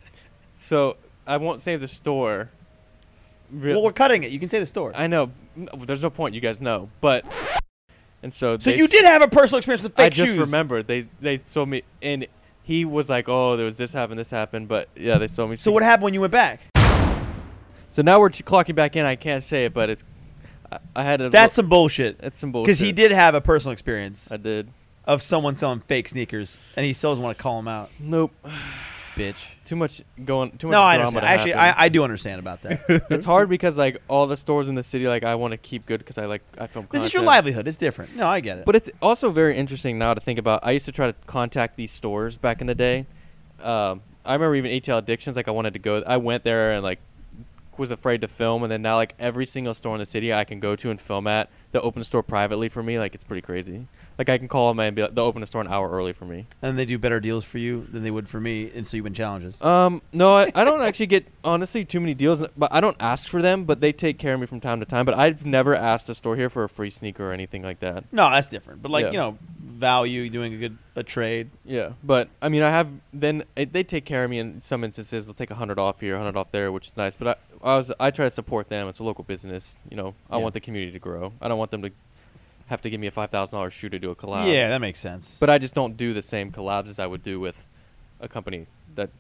[SPEAKER 4] So I won't say the store. Re-
[SPEAKER 3] Well, we're cutting it. You can say the store.
[SPEAKER 4] I know. n- There's no point. You guys know. But and so
[SPEAKER 3] so
[SPEAKER 4] they
[SPEAKER 3] you
[SPEAKER 4] s-
[SPEAKER 3] did have a personal experience with fake
[SPEAKER 4] I just
[SPEAKER 3] shoes.
[SPEAKER 4] remembered they they sold me and he was like, oh, there was this happened, this happened, but yeah, they sold me.
[SPEAKER 3] So what happened when you went back?
[SPEAKER 4] So now we're ch- clocking back in. I can't say it, but it's. I, I had a.
[SPEAKER 3] That's some bullshit.
[SPEAKER 4] It's some bullshit.
[SPEAKER 3] Because he did have a personal experience
[SPEAKER 4] I did.
[SPEAKER 3] of someone selling fake sneakers, and he still doesn't want to call him out,
[SPEAKER 4] Nope.
[SPEAKER 3] bitch.
[SPEAKER 4] Too much going. Too much
[SPEAKER 3] No, I
[SPEAKER 4] drama.
[SPEAKER 3] understand.
[SPEAKER 4] to
[SPEAKER 3] Actually,
[SPEAKER 4] happen.
[SPEAKER 3] I, I do understand about that.
[SPEAKER 4] it's hard because like all the stores in the city, like I want to keep good because I like I film.
[SPEAKER 3] this is your
[SPEAKER 4] content.
[SPEAKER 3] livelihood. It's different. No, I get it.
[SPEAKER 4] But it's also very interesting now to think about. I used to try to contact these stores back in the day. Um, I remember even ATL Addictions. Like I wanted to go. I went there and like was afraid to film, and then now like every single store in the city I can go to and film at. They open the store privately for me. Like it's pretty crazy. Like I can call them and be like, they'll open the store an hour early for me.
[SPEAKER 3] and they do better deals for you than they would for me, and so you win challenges.
[SPEAKER 4] Um, no, I, I don't actually get honestly too many deals, but I don't ask for them. But they take care of me from time to time. But I've never asked a store here for a free sneaker or anything like that.
[SPEAKER 3] No, that's different. But like
[SPEAKER 4] Yeah.
[SPEAKER 3] you know, value, doing a good a trade.
[SPEAKER 4] Yeah, but I mean, I have then it, they take care of me in some instances. They'll take a hundred off here, a hundred off there, which is nice. But I, I was I try to support them. It's a local business, you know. I
[SPEAKER 3] Yeah.
[SPEAKER 4] want the community to grow. I don't want them to have to give me a five thousand dollars shoe to do a collab.
[SPEAKER 3] Yeah, that makes sense.
[SPEAKER 4] but I just don't do the same collabs as I would do with a company that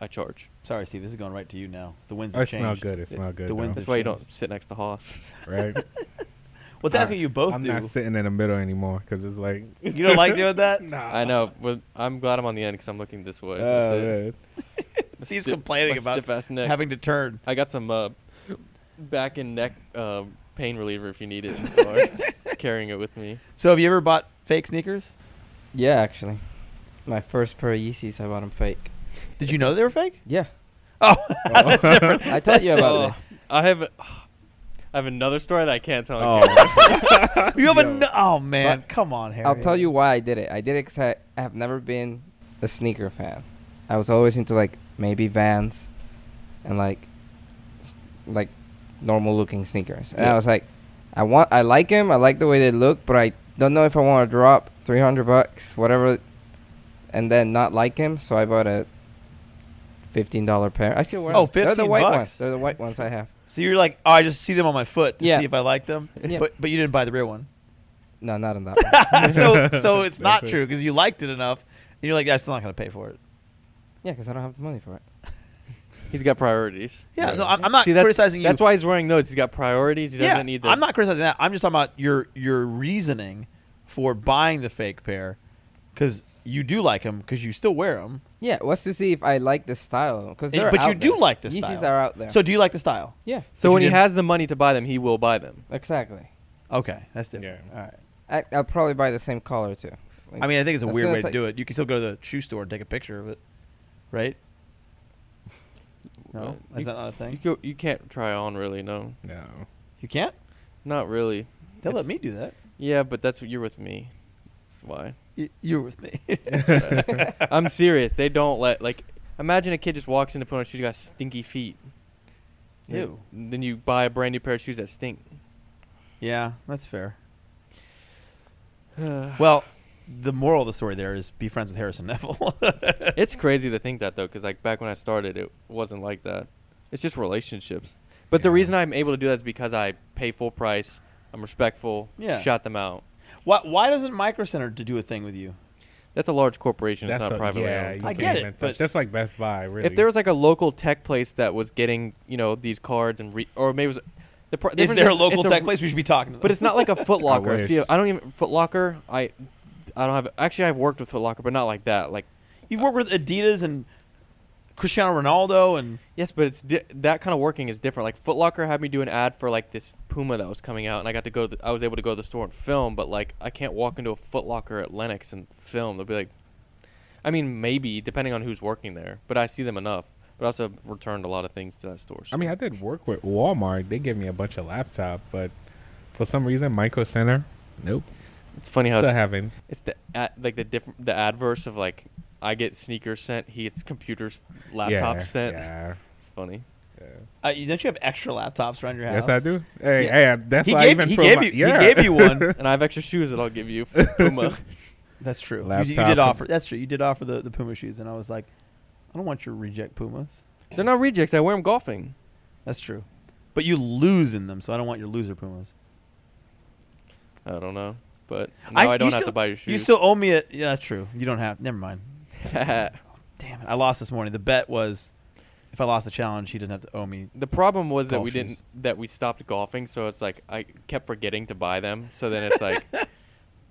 [SPEAKER 4] I charge.
[SPEAKER 3] sorry, Steve, this is going right to you now. The winds
[SPEAKER 2] Oh,
[SPEAKER 3] have
[SPEAKER 2] it smell
[SPEAKER 3] changed.
[SPEAKER 2] good. It smell good.
[SPEAKER 3] the wind-
[SPEAKER 2] though,
[SPEAKER 4] That's why you
[SPEAKER 3] change.
[SPEAKER 4] don't sit next to Hoss.
[SPEAKER 2] right?
[SPEAKER 3] Well, technically, you both
[SPEAKER 2] I'm
[SPEAKER 3] do.
[SPEAKER 2] not sitting in the middle anymore because it's like
[SPEAKER 3] You don't like doing that.
[SPEAKER 2] nah.
[SPEAKER 4] I know, but I'm glad I'm on the end because I'm looking this way. That's
[SPEAKER 2] Oh,
[SPEAKER 4] it.
[SPEAKER 2] man.
[SPEAKER 4] My
[SPEAKER 3] Steve's
[SPEAKER 4] stiff-
[SPEAKER 3] complaining
[SPEAKER 4] my
[SPEAKER 3] about
[SPEAKER 4] stiff-ass neck.
[SPEAKER 3] having to turn.
[SPEAKER 4] I got some uh, back and neck uh, pain reliever if you need it, in the car, carrying it with me.
[SPEAKER 3] So, have you ever bought fake sneakers?
[SPEAKER 5] Yeah, actually, my first pair of Yeezys, I bought them fake.
[SPEAKER 3] Did you know they were fake?
[SPEAKER 5] Yeah,
[SPEAKER 3] Oh,
[SPEAKER 2] Oh.
[SPEAKER 3] that's different.
[SPEAKER 5] I told you about
[SPEAKER 4] Oh, I have, I have another story that I can't tell. on camera.
[SPEAKER 2] Oh,
[SPEAKER 3] You have a
[SPEAKER 2] Yo.
[SPEAKER 3] no- oh man, come on,
[SPEAKER 5] this.
[SPEAKER 3] Harry.
[SPEAKER 5] I'll tell you why I did it. I did it because I have never been a sneaker fan. I was always into like maybe Vans, and like, s- like normal looking sneakers. And
[SPEAKER 4] Yeah.
[SPEAKER 5] I was like, I want, I like them. I like the way they look, but I don't know if I want to drop three hundred bucks, whatever, and then not like him. So I bought a. Fifteen dollar pair. I still wear.
[SPEAKER 3] Oh,
[SPEAKER 5] 'em. They're the
[SPEAKER 3] 15
[SPEAKER 5] white
[SPEAKER 3] bucks.
[SPEAKER 5] ones. They're the white ones I have.
[SPEAKER 3] So you're like, oh, I just see them on my foot to
[SPEAKER 5] Yeah.
[SPEAKER 3] see if I like them,
[SPEAKER 5] Yeah.
[SPEAKER 3] but but you didn't buy the real one.
[SPEAKER 5] No, not on that. one.
[SPEAKER 3] so so it's not
[SPEAKER 2] That's it.
[SPEAKER 3] true because you liked it enough, and you're like, I'm still not gonna pay for it.
[SPEAKER 5] Yeah, because I don't have the money for it.
[SPEAKER 4] He's got priorities.
[SPEAKER 3] Yeah,
[SPEAKER 2] Yeah.
[SPEAKER 3] no, I- I'm not
[SPEAKER 4] See, that's,
[SPEAKER 3] criticizing you.
[SPEAKER 4] That's why he's wearing those. He's got priorities. He doesn't
[SPEAKER 3] yeah,
[SPEAKER 4] need. The,
[SPEAKER 3] I'm not criticizing that. I'm just talking about your your reasoning for buying the fake pair because you do like them because you still wear them.
[SPEAKER 5] Yeah, was to see if I like the style. Because
[SPEAKER 3] Yeah,
[SPEAKER 5] they're
[SPEAKER 3] but
[SPEAKER 5] out
[SPEAKER 3] you do
[SPEAKER 5] there.
[SPEAKER 3] like the
[SPEAKER 5] Yeezys
[SPEAKER 3] style.
[SPEAKER 5] are out there.
[SPEAKER 3] So do you like the style?
[SPEAKER 5] yeah,
[SPEAKER 3] But
[SPEAKER 4] So
[SPEAKER 3] you
[SPEAKER 4] when he
[SPEAKER 3] didn't-
[SPEAKER 4] has the money to buy them, he will buy them.
[SPEAKER 5] exactly.
[SPEAKER 3] Okay, that's different.
[SPEAKER 2] Yeah.
[SPEAKER 3] All right.
[SPEAKER 5] I, I'll probably buy the same color too. Like,
[SPEAKER 3] I mean, I think it's a
[SPEAKER 5] As
[SPEAKER 3] weird
[SPEAKER 5] soon
[SPEAKER 3] way
[SPEAKER 5] as
[SPEAKER 3] to
[SPEAKER 5] I-
[SPEAKER 3] do it. You can still go to the shoe store and take a picture of it, right?
[SPEAKER 4] Uh,
[SPEAKER 3] No, is
[SPEAKER 4] you,
[SPEAKER 3] that not a thing?
[SPEAKER 4] you,
[SPEAKER 3] You,
[SPEAKER 4] go, you can't try on really. No,
[SPEAKER 2] no.
[SPEAKER 3] can't.
[SPEAKER 4] not really.
[SPEAKER 3] They'll let
[SPEAKER 4] It's-
[SPEAKER 3] me do that.
[SPEAKER 4] Yeah, but that's what you're with me. That's why.
[SPEAKER 3] Y- You're with me.
[SPEAKER 4] I'm serious. They don't let like. Imagine a kid just walks into put on shoes. You got stinky feet. Then-
[SPEAKER 3] Ew.
[SPEAKER 4] Then you buy a brand new pair of shoes that stink.
[SPEAKER 3] yeah, that's fair.
[SPEAKER 4] well,
[SPEAKER 3] Well, the moral of the story there is be friends with Harrison Neville.
[SPEAKER 4] it's crazy to think that though, because like back when I started, it wasn't like that. It's just relationships. But the
[SPEAKER 2] Yeah.
[SPEAKER 4] reason I'm able to do that is because I pay full price. I'm respectful.
[SPEAKER 3] Yeah.
[SPEAKER 4] Shout them out.
[SPEAKER 3] why, why doesn't Micro Center to do a thing with you?
[SPEAKER 4] That's a large corporation. It's
[SPEAKER 2] That's
[SPEAKER 4] not
[SPEAKER 2] a-
[SPEAKER 4] privately
[SPEAKER 2] yeah,
[SPEAKER 4] owned.
[SPEAKER 2] you
[SPEAKER 3] I
[SPEAKER 2] can't
[SPEAKER 3] get it,
[SPEAKER 2] even touch-
[SPEAKER 3] but-
[SPEAKER 2] just like Best Buy, really.
[SPEAKER 4] If there was like a local tech place that was getting, you know, these cards and re- or maybe it was the pr-
[SPEAKER 3] Is
[SPEAKER 4] difference
[SPEAKER 3] there a
[SPEAKER 4] it's
[SPEAKER 3] local
[SPEAKER 4] a
[SPEAKER 3] tech place we should be talking to? Them.
[SPEAKER 4] But it's not like a Foot Locker.
[SPEAKER 2] wish.
[SPEAKER 4] See, I don't even Foot Locker. I, I don't have. Actually, I've worked with Foot Locker, but not like that. Like
[SPEAKER 3] You've worked with Adidas and Cristiano Ronaldo, and
[SPEAKER 4] yes, but it's di- that kind of working is different. Like Foot Locker had me do an ad for like this Puma that was coming out, and I got to go. To the, I was able to go to the store and film, but like I can't walk into a Foot Locker at Lenox and film. They'll be like, I mean, maybe depending on who's working there, but I see them enough. But I also returned a lot of things to that store.
[SPEAKER 2] I mean, I did work with Walmart. They gave me a bunch of laptop, but for some reason, Micro Center, nope,
[SPEAKER 4] it's funny how
[SPEAKER 2] still
[SPEAKER 4] it's,
[SPEAKER 2] haven't.
[SPEAKER 4] it's the ad, like the different the adverse of like I get sneakers sent, he gets computers, laptops
[SPEAKER 2] yeah,
[SPEAKER 4] sent.
[SPEAKER 2] Yeah,
[SPEAKER 4] It's funny.
[SPEAKER 2] yeah.
[SPEAKER 3] uh, you- don't you have extra laptops around your house?
[SPEAKER 2] Yes, I do. Hey,
[SPEAKER 3] Yeah.
[SPEAKER 2] hey, I- that's
[SPEAKER 3] He
[SPEAKER 2] why I
[SPEAKER 3] gave,
[SPEAKER 2] even
[SPEAKER 3] he,
[SPEAKER 2] throw
[SPEAKER 3] gave
[SPEAKER 2] my-
[SPEAKER 3] you,
[SPEAKER 2] yeah.
[SPEAKER 3] he gave you one.
[SPEAKER 4] And I have extra shoes that I'll give you. for Puma.
[SPEAKER 3] That's true. You- You,
[SPEAKER 2] Laptop
[SPEAKER 3] did
[SPEAKER 2] and-
[SPEAKER 3] offer. That's true. You did offer the, the Puma shoes, and I was like, I don't want your reject Pumas.
[SPEAKER 4] They're not rejects. I wear them golfing.
[SPEAKER 3] That's true. But you lose in them, so I don't want your loser Pumas.
[SPEAKER 4] I don't know, but now
[SPEAKER 3] I-
[SPEAKER 4] I,
[SPEAKER 3] you
[SPEAKER 4] don't have
[SPEAKER 3] still-
[SPEAKER 4] to buy your shoes.
[SPEAKER 3] You still owe me a. Yeah, that's true. You don't have. Never mind.
[SPEAKER 4] the
[SPEAKER 3] Damn it! I lost this morning. The bet was, if I lost the challenge, he doesn't have to owe me.
[SPEAKER 4] problem was that
[SPEAKER 3] Golf
[SPEAKER 4] we didn't
[SPEAKER 3] shoes.
[SPEAKER 4] that we stopped golfing, so it's like I kept forgetting to buy them. So then it's like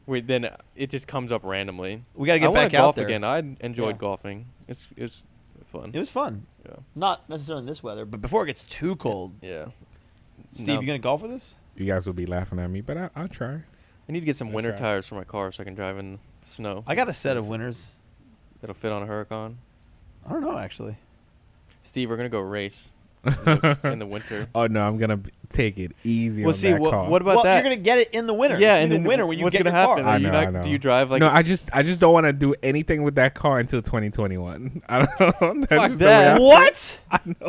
[SPEAKER 4] we then it just comes up randomly.
[SPEAKER 3] We got to
[SPEAKER 4] I
[SPEAKER 3] get
[SPEAKER 4] wanna
[SPEAKER 3] back out
[SPEAKER 4] golf
[SPEAKER 3] there.
[SPEAKER 4] again. I enjoyed
[SPEAKER 3] Yeah.
[SPEAKER 4] golfing. It's it's fun.
[SPEAKER 3] It was fun.
[SPEAKER 4] Yeah.
[SPEAKER 3] Not necessarily in this weather, but before it gets too cold.
[SPEAKER 4] yeah.
[SPEAKER 3] Steve,
[SPEAKER 4] No.
[SPEAKER 3] you gonna golf with us?
[SPEAKER 2] You guys will be laughing at me, but I, I'll try.
[SPEAKER 4] I need to get some
[SPEAKER 2] That's
[SPEAKER 4] winter
[SPEAKER 2] right.
[SPEAKER 4] tires for my car so I can drive in the snow.
[SPEAKER 3] I got a set of winners.
[SPEAKER 4] That'll fit on a Huracan.
[SPEAKER 3] I don't know actually.
[SPEAKER 4] Steve, we're gonna go race in the, in the winter.
[SPEAKER 2] Oh no, I'm gonna b- take it easy
[SPEAKER 4] Well,
[SPEAKER 2] on
[SPEAKER 4] see,
[SPEAKER 2] that
[SPEAKER 4] wha-
[SPEAKER 2] car.
[SPEAKER 4] what about
[SPEAKER 3] well,
[SPEAKER 4] that?
[SPEAKER 3] you're gonna get it in the winter.
[SPEAKER 4] Yeah,
[SPEAKER 3] in
[SPEAKER 4] and
[SPEAKER 3] the
[SPEAKER 4] then
[SPEAKER 3] winter when you
[SPEAKER 4] what's
[SPEAKER 3] get
[SPEAKER 4] gonna
[SPEAKER 3] your
[SPEAKER 4] happen?
[SPEAKER 3] car.
[SPEAKER 4] Are
[SPEAKER 2] I
[SPEAKER 4] you
[SPEAKER 2] know,
[SPEAKER 4] not,
[SPEAKER 2] I
[SPEAKER 4] Do
[SPEAKER 2] know.
[SPEAKER 4] you drive like
[SPEAKER 2] no, I just I just don't want to do anything with that car until 2021. I don't know. That's
[SPEAKER 4] Fuck
[SPEAKER 2] just the way
[SPEAKER 4] that.
[SPEAKER 2] I-
[SPEAKER 3] What?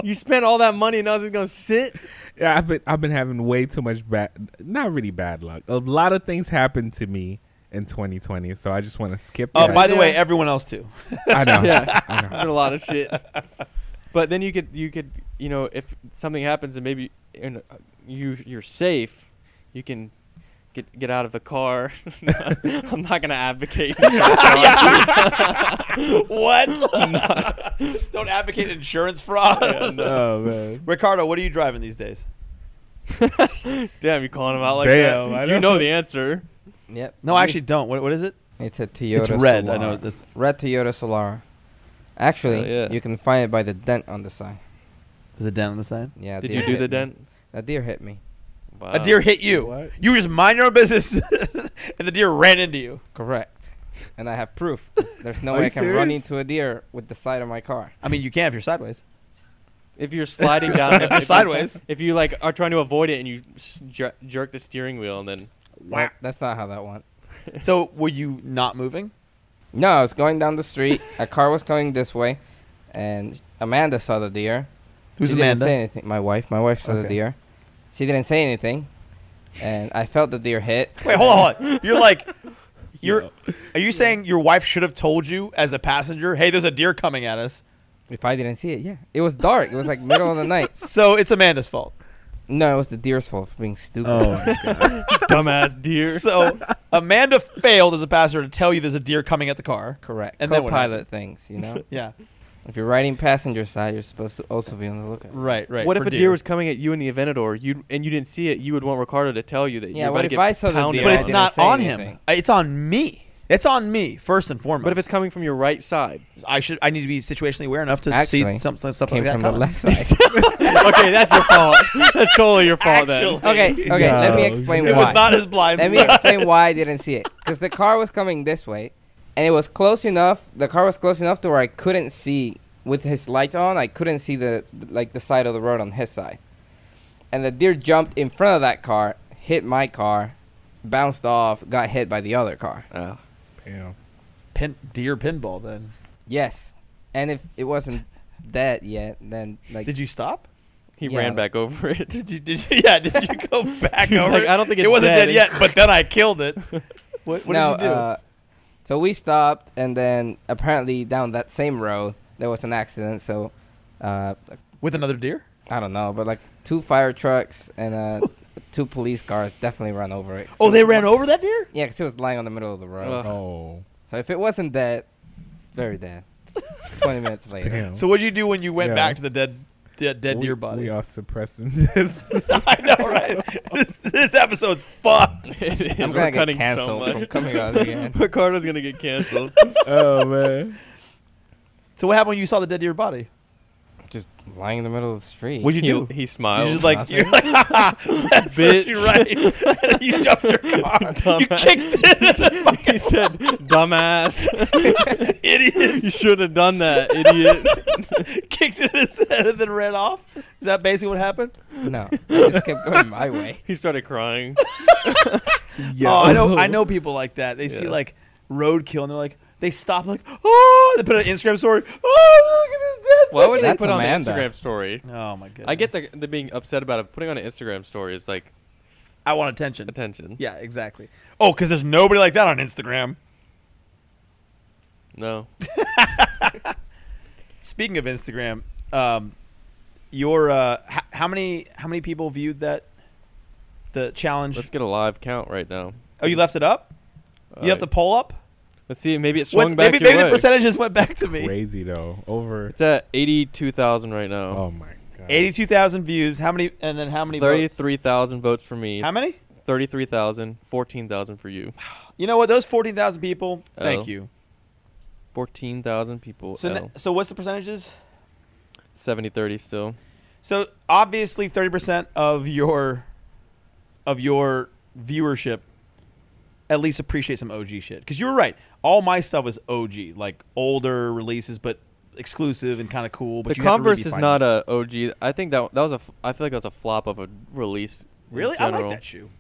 [SPEAKER 4] You spent all that money and I was just gonna sit.
[SPEAKER 2] Yeah, I've been I've been having way too much bad, not really bad luck. A lot of things happened to me in 2020. So I just want to skip.
[SPEAKER 3] Oh,
[SPEAKER 2] that.
[SPEAKER 3] by the way,
[SPEAKER 4] Yeah.
[SPEAKER 3] everyone else too.
[SPEAKER 2] I know.
[SPEAKER 4] Yeah.
[SPEAKER 2] I know.
[SPEAKER 4] Did a lot of shit. But then you could you could you know if something happens and maybe and uh, you you're safe, you can get get out of the car. I'm not gonna advocate.
[SPEAKER 3] what? Don't advocate insurance fraud.
[SPEAKER 2] Oh man.
[SPEAKER 3] Ricardo, what are you driving these days?
[SPEAKER 4] Damn, you calling him out like
[SPEAKER 2] Damn, I
[SPEAKER 4] that? You
[SPEAKER 2] know.
[SPEAKER 4] know the answer.
[SPEAKER 5] Yep.
[SPEAKER 3] No,
[SPEAKER 5] Me-
[SPEAKER 3] I actually don't. What, what is it?
[SPEAKER 5] It's a Toyota.
[SPEAKER 3] it's red.
[SPEAKER 5] Solara.
[SPEAKER 3] I know. That's,
[SPEAKER 5] Red Toyota Solara. Actually,
[SPEAKER 4] Hell yeah.
[SPEAKER 5] you can find it by the dent on the side.
[SPEAKER 3] is it down on the side?
[SPEAKER 5] Yeah. a
[SPEAKER 4] Did
[SPEAKER 5] deer
[SPEAKER 4] you do
[SPEAKER 5] hit
[SPEAKER 4] the
[SPEAKER 5] me.
[SPEAKER 4] dent?
[SPEAKER 5] A deer hit me.
[SPEAKER 3] A
[SPEAKER 4] Uh,
[SPEAKER 3] deer hit you.
[SPEAKER 2] What?
[SPEAKER 3] You just mind your own business, and the deer ran into you.
[SPEAKER 5] Correct. And I have proof. There's no
[SPEAKER 2] Are
[SPEAKER 5] way
[SPEAKER 2] you
[SPEAKER 5] I can run
[SPEAKER 2] serious?
[SPEAKER 5] into a deer with the side of my car.
[SPEAKER 3] I mean, you can if you're sideways.
[SPEAKER 4] If you're sliding down,
[SPEAKER 3] If you're sideways.
[SPEAKER 4] if you like are trying to avoid it and you s- jer- jerk the steering wheel and then
[SPEAKER 5] Nope, that's not how that went.
[SPEAKER 3] So were you not moving?
[SPEAKER 5] No, I was going down the street. a car was coming this way, and Amanda saw the deer.
[SPEAKER 3] Who's
[SPEAKER 5] she
[SPEAKER 3] Amanda?
[SPEAKER 5] Didn't say anything. My wife. My wife saw the
[SPEAKER 3] Okay.
[SPEAKER 5] deer. She didn't say anything, and I felt the deer hit.
[SPEAKER 3] Wait, hold on. Hold on. You're like, you're. Are you saying your wife should have told you as a passenger, "Hey, there's a deer coming at us"?
[SPEAKER 5] If I didn't see it, yeah, it was dark. It was like middle of the night.
[SPEAKER 3] So it's Amanda's fault.
[SPEAKER 5] No, it was the deer's fault for being stupid.
[SPEAKER 3] Oh.
[SPEAKER 4] dumbass deer.
[SPEAKER 3] So Amanda failed as a passenger to tell you there's a deer coming at the car.
[SPEAKER 5] Correct.
[SPEAKER 3] And
[SPEAKER 5] And
[SPEAKER 3] then what
[SPEAKER 5] Co-pilot things, you know.
[SPEAKER 3] Yeah.
[SPEAKER 5] if you're riding passenger side, you're supposed to also be on the lookout.
[SPEAKER 3] Right. Right.
[SPEAKER 4] what
[SPEAKER 3] for
[SPEAKER 4] if a deer. was coming at you in the Aventador? You and you didn't see it. You would want Ricardo to tell you that.
[SPEAKER 5] Yeah,
[SPEAKER 4] You're
[SPEAKER 5] what
[SPEAKER 4] about to
[SPEAKER 5] if
[SPEAKER 4] get
[SPEAKER 5] I saw the
[SPEAKER 4] pounded
[SPEAKER 5] deer?
[SPEAKER 3] But
[SPEAKER 5] I
[SPEAKER 4] on.
[SPEAKER 3] it's
[SPEAKER 5] didn't
[SPEAKER 3] not
[SPEAKER 5] say
[SPEAKER 3] on him.
[SPEAKER 5] anything.
[SPEAKER 3] Uh, It's on me. It's on me first and foremost.
[SPEAKER 4] But if it's coming from your right side,
[SPEAKER 3] I should. I need to be situationally aware enough to see
[SPEAKER 5] Actually,
[SPEAKER 3] some some stuff
[SPEAKER 5] Came
[SPEAKER 3] like that.
[SPEAKER 5] from the
[SPEAKER 3] coming.
[SPEAKER 5] left side.
[SPEAKER 4] okay, that's your fault. That's totally your fault then.
[SPEAKER 3] Actually.
[SPEAKER 5] okay, okay. Let me
[SPEAKER 2] No,
[SPEAKER 5] explain
[SPEAKER 2] it
[SPEAKER 3] It
[SPEAKER 5] why.
[SPEAKER 3] was not as blind.
[SPEAKER 5] Let me explain why I didn't see it. Because the car was coming this way, and it was close enough. The car was close enough to where I couldn't see with his lights on. I couldn't see the like the side of the road on his side. And the deer jumped in front of that car, hit my car, bounced off, got hit by the other car.
[SPEAKER 4] Oh.
[SPEAKER 2] Damn.
[SPEAKER 3] Pin, deer pinball. Then
[SPEAKER 5] Yes, and if it wasn't dead yet, then like
[SPEAKER 3] did you stop?
[SPEAKER 4] He
[SPEAKER 5] Yeah.
[SPEAKER 4] ran back over it.
[SPEAKER 3] Did you? Did you? Yeah. Did you go back
[SPEAKER 4] He's
[SPEAKER 3] over?
[SPEAKER 4] like,
[SPEAKER 3] it?
[SPEAKER 4] "I don't think
[SPEAKER 3] it
[SPEAKER 4] it's
[SPEAKER 3] wasn't
[SPEAKER 4] dead."
[SPEAKER 3] dead yet, but then I killed it. What, what
[SPEAKER 5] no,
[SPEAKER 3] did you do?
[SPEAKER 5] Uh, so we stopped, and then apparently down that same road there was an accident. So uh,
[SPEAKER 3] With another deer?
[SPEAKER 5] I don't know, but like two fire trucks and uh, two police cars definitely ran over it.
[SPEAKER 3] Oh, they ran over that deer.
[SPEAKER 5] Yeah, because it was lying on the middle of the road.
[SPEAKER 4] Ugh.
[SPEAKER 2] Oh.
[SPEAKER 5] So if it wasn't dead, very dead. Twenty minutes later.
[SPEAKER 2] Damn.
[SPEAKER 3] So what did you do when you went
[SPEAKER 2] Yeah.
[SPEAKER 3] back to the dead, dead, dead
[SPEAKER 2] we,
[SPEAKER 3] deer body?
[SPEAKER 2] We are suppressing this.
[SPEAKER 3] I know, right? this, this episode's fucked.
[SPEAKER 4] It is.
[SPEAKER 5] I'm
[SPEAKER 4] We're
[SPEAKER 5] gonna
[SPEAKER 4] cutting
[SPEAKER 5] get canceled
[SPEAKER 4] so
[SPEAKER 5] from
[SPEAKER 4] much.
[SPEAKER 5] coming out again.
[SPEAKER 4] Ricardo's gonna get canceled.
[SPEAKER 2] oh man.
[SPEAKER 3] So what happened when you saw the dead deer body?
[SPEAKER 5] Just lying in the middle of the street.
[SPEAKER 3] What'd you do?
[SPEAKER 4] He, he
[SPEAKER 3] You're
[SPEAKER 4] smiles.
[SPEAKER 3] just like, you're like, "Ha, ha, that serves you right. And you jumped your car. You
[SPEAKER 4] Dumbass.
[SPEAKER 3] kicked it.
[SPEAKER 4] he said, "Dumbass,
[SPEAKER 3] Idiot.
[SPEAKER 4] you should have done that, idiot."
[SPEAKER 3] Kicked it in his head and then ran off. Is that basically what happened?
[SPEAKER 5] No, I just kept going my way.
[SPEAKER 4] He started crying.
[SPEAKER 2] Yeah.
[SPEAKER 3] Oh, I know. I know people like that. They see
[SPEAKER 4] Yeah.
[SPEAKER 3] like roadkill and they're like, they stop like, oh, they put an Instagram story. Oh, look at this dead.
[SPEAKER 4] Why would they
[SPEAKER 5] That's
[SPEAKER 4] put
[SPEAKER 5] Amanda.
[SPEAKER 4] on the Instagram story?
[SPEAKER 3] thing." Oh my goodness.
[SPEAKER 4] I get the, the being upset about it. Putting on an Instagram story is like
[SPEAKER 3] I want attention.
[SPEAKER 4] attention.
[SPEAKER 3] Yeah, exactly. Oh, because there's nobody like that on Instagram.
[SPEAKER 4] No.
[SPEAKER 3] Speaking of Instagram, um, your uh, h- how many how many people viewed that the challenge?
[SPEAKER 4] Let's get a live count right now.
[SPEAKER 3] oh, you left it up. you left the poll up.
[SPEAKER 4] Let's see. Maybe it Uh, swung
[SPEAKER 3] What's,
[SPEAKER 4] back
[SPEAKER 3] maybe
[SPEAKER 4] your
[SPEAKER 3] maybe the
[SPEAKER 4] way.
[SPEAKER 3] percentages went back to me.
[SPEAKER 2] Crazy though. Over.
[SPEAKER 4] It's at eighty-two thousand right now.
[SPEAKER 2] Oh my god.
[SPEAKER 3] Eighty-two thousand views. How many? And then how many? votes?
[SPEAKER 4] Thirty-three thousand votes for me.
[SPEAKER 3] How many?
[SPEAKER 4] Thirty-three thousand. Fourteen thousand for you.
[SPEAKER 3] You know what? Those fourteen thousand people.
[SPEAKER 4] Oh.
[SPEAKER 3] Thank you.
[SPEAKER 4] Fourteen thousand people.
[SPEAKER 3] So
[SPEAKER 4] So
[SPEAKER 3] n- so what's the percentages?
[SPEAKER 4] 70-30 still.
[SPEAKER 3] So obviously, thirty percent of your of your viewership at least appreciate some OG shit. Because you were right, all my stuff was OG, like older releases, but exclusive and kind of cool. But you
[SPEAKER 4] the
[SPEAKER 3] have to really
[SPEAKER 4] Converse
[SPEAKER 3] be
[SPEAKER 4] is
[SPEAKER 3] finding-
[SPEAKER 4] not a OG. I think that that was a. f- I feel like that was a flop of a release. in
[SPEAKER 3] really. I like
[SPEAKER 4] general.
[SPEAKER 3] that shoe.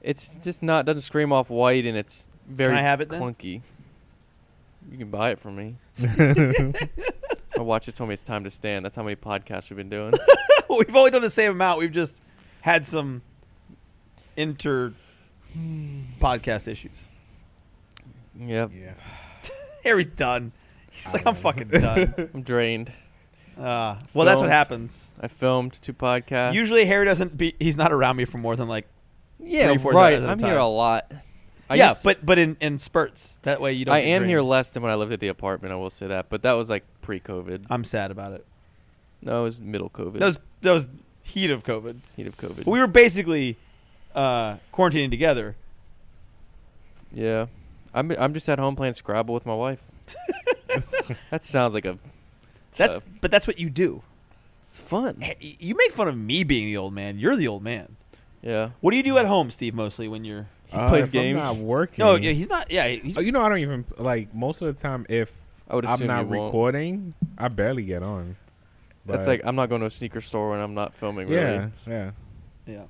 [SPEAKER 4] It's just not doesn't scream off white and it's very
[SPEAKER 3] I have it then?
[SPEAKER 4] clunky. You can buy it from me. My watcher told me it's time to stand. That's how many podcasts we've been doing.
[SPEAKER 3] We've only done the same amount. We've just had some inter podcast issues.
[SPEAKER 4] Yep.
[SPEAKER 2] Yeah.
[SPEAKER 3] Harry's done. He's like,
[SPEAKER 2] I
[SPEAKER 3] I'm
[SPEAKER 2] know.
[SPEAKER 3] fucking done.
[SPEAKER 4] I'm drained.
[SPEAKER 3] Uh, well, that's what
[SPEAKER 4] Films.
[SPEAKER 3] happens.
[SPEAKER 4] I filmed two podcasts.
[SPEAKER 3] Usually, Harry doesn't be. He's not around me for more than like.
[SPEAKER 4] yeah,
[SPEAKER 3] three, four
[SPEAKER 4] right.
[SPEAKER 3] hours at a
[SPEAKER 4] I'm here
[SPEAKER 3] time.
[SPEAKER 4] a lot. I
[SPEAKER 3] yeah,
[SPEAKER 4] used to-
[SPEAKER 3] but but in, in spurts. That way you don't.
[SPEAKER 4] I
[SPEAKER 3] get
[SPEAKER 4] am
[SPEAKER 3] drained.
[SPEAKER 4] here less than when I lived at the apartment. I will say that, but that was like pre-COVID.
[SPEAKER 3] I'm sad about it.
[SPEAKER 4] No, it was middle COVID.
[SPEAKER 3] Ah. That was that was heat of COVID.
[SPEAKER 4] heat of COVID.
[SPEAKER 3] We were basically uh, quarantining together.
[SPEAKER 4] yeah, I'm I'm just at home playing Scrabble with my wife. that sounds like a.
[SPEAKER 3] That's,
[SPEAKER 4] Uh,
[SPEAKER 3] but that's what you do.
[SPEAKER 4] It's fun.
[SPEAKER 3] Hey, y- You make fun of me being the old man. You're the old man.
[SPEAKER 4] Yeah.
[SPEAKER 3] What do you do at home, Steve? Mostly when you're
[SPEAKER 4] He plays
[SPEAKER 2] Uh, if I'm
[SPEAKER 4] games.
[SPEAKER 2] not working.
[SPEAKER 3] no, yeah, he's not. Yeah, he's,
[SPEAKER 2] Oh, you know, I don't even like most of the time. If
[SPEAKER 4] I would
[SPEAKER 2] I'm
[SPEAKER 4] assume
[SPEAKER 2] not
[SPEAKER 4] you won't.
[SPEAKER 2] recording, I barely get on.
[SPEAKER 4] That's
[SPEAKER 2] But-
[SPEAKER 4] like I'm not going to a sneaker store when I'm not filming.
[SPEAKER 2] yeah,
[SPEAKER 4] Really.
[SPEAKER 2] yeah.
[SPEAKER 3] yeah.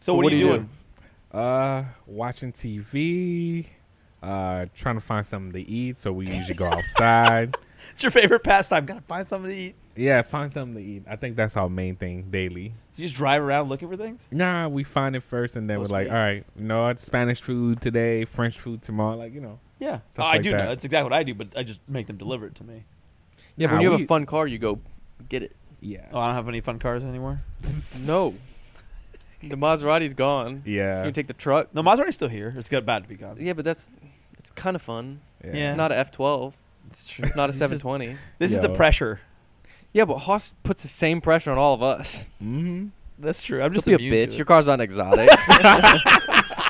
[SPEAKER 3] So
[SPEAKER 4] But
[SPEAKER 3] what, are you doing?
[SPEAKER 2] Uh, watching TV, uh, trying to find something to eat. So we usually go outside.
[SPEAKER 3] It's your favorite pastime. Gotta find something to eat.
[SPEAKER 2] Yeah, find something to eat. I think that's our main thing daily.
[SPEAKER 3] You just drive around looking for things.
[SPEAKER 2] Nah, we find it first, and then
[SPEAKER 3] Those
[SPEAKER 2] we're like, all
[SPEAKER 3] places.
[SPEAKER 2] right, you know what? Spanish food today, French food tomorrow. Like, you know,
[SPEAKER 3] Yeah, Oh,
[SPEAKER 2] Stuff
[SPEAKER 3] I
[SPEAKER 2] like
[SPEAKER 3] do
[SPEAKER 2] that.
[SPEAKER 3] know. That's exactly what I do, but I just make them deliver it to me.
[SPEAKER 4] Yeah,
[SPEAKER 2] Nah,
[SPEAKER 4] when you have
[SPEAKER 2] we-
[SPEAKER 4] a fun car, you go get it.
[SPEAKER 2] yeah,
[SPEAKER 3] Oh, I don't have any fun cars anymore.
[SPEAKER 4] No. the Maserati's gone.
[SPEAKER 2] yeah,
[SPEAKER 4] You take the truck.
[SPEAKER 3] No, Maserati's still here. It's got about to be gone.
[SPEAKER 4] Yeah, but that's it's kind of fun.
[SPEAKER 3] Yeah.
[SPEAKER 4] It's not a F12.
[SPEAKER 3] It's true.
[SPEAKER 4] It's not a
[SPEAKER 3] It's just-
[SPEAKER 4] 720.
[SPEAKER 3] This is the
[SPEAKER 2] Yo.
[SPEAKER 3] pressure.
[SPEAKER 4] Yeah, but Haas puts the same pressure on all of us.
[SPEAKER 2] Mm-hmm.
[SPEAKER 3] That's true. I'm just
[SPEAKER 4] Just be a
[SPEAKER 3] immune to
[SPEAKER 4] bitch.
[SPEAKER 3] it.
[SPEAKER 4] Your car's not exotic.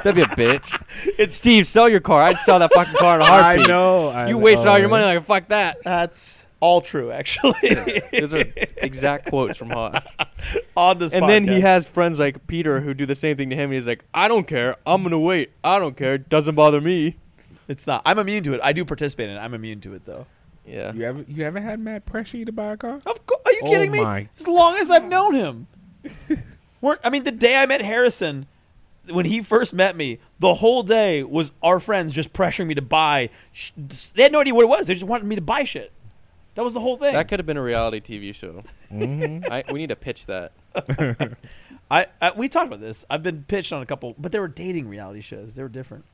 [SPEAKER 4] That'd be a bitch. It's Steve. Sell your car. I'd sell that fucking car in a
[SPEAKER 2] I
[SPEAKER 4] heartbeat.
[SPEAKER 2] know. I
[SPEAKER 4] You wasted all your
[SPEAKER 2] know.
[SPEAKER 4] money. Like fuck that.
[SPEAKER 3] That's all true, actually.
[SPEAKER 4] Those are exact quotes from Haas.
[SPEAKER 3] On this,
[SPEAKER 4] And then he
[SPEAKER 3] podcast.
[SPEAKER 4] has friends like Peter who do the same thing to him. And he's like, I don't care. I'm gonna wait. I don't care. Doesn't bother me.
[SPEAKER 3] It's not. I'm immune to it. I do participate in it. I'm immune to it, though.
[SPEAKER 4] Yeah.
[SPEAKER 2] You ever you ever had mad pressure to buy a car?
[SPEAKER 3] Of course. Are you
[SPEAKER 2] Oh
[SPEAKER 3] kidding me?
[SPEAKER 2] my-
[SPEAKER 3] As long as I've known him. Weren't I mean the day I met Harrison, when he first met me, the whole day was our friends just pressuring me to buy. Sh- they had no idea what it was. They just wanted me to buy shit. That was the whole thing.
[SPEAKER 4] That could have been a reality TV show.
[SPEAKER 2] Mm-hmm.
[SPEAKER 4] I, we need to pitch that.
[SPEAKER 3] I, I we talked about this. I've been pitched on a couple, but they were dating reality shows. They were different.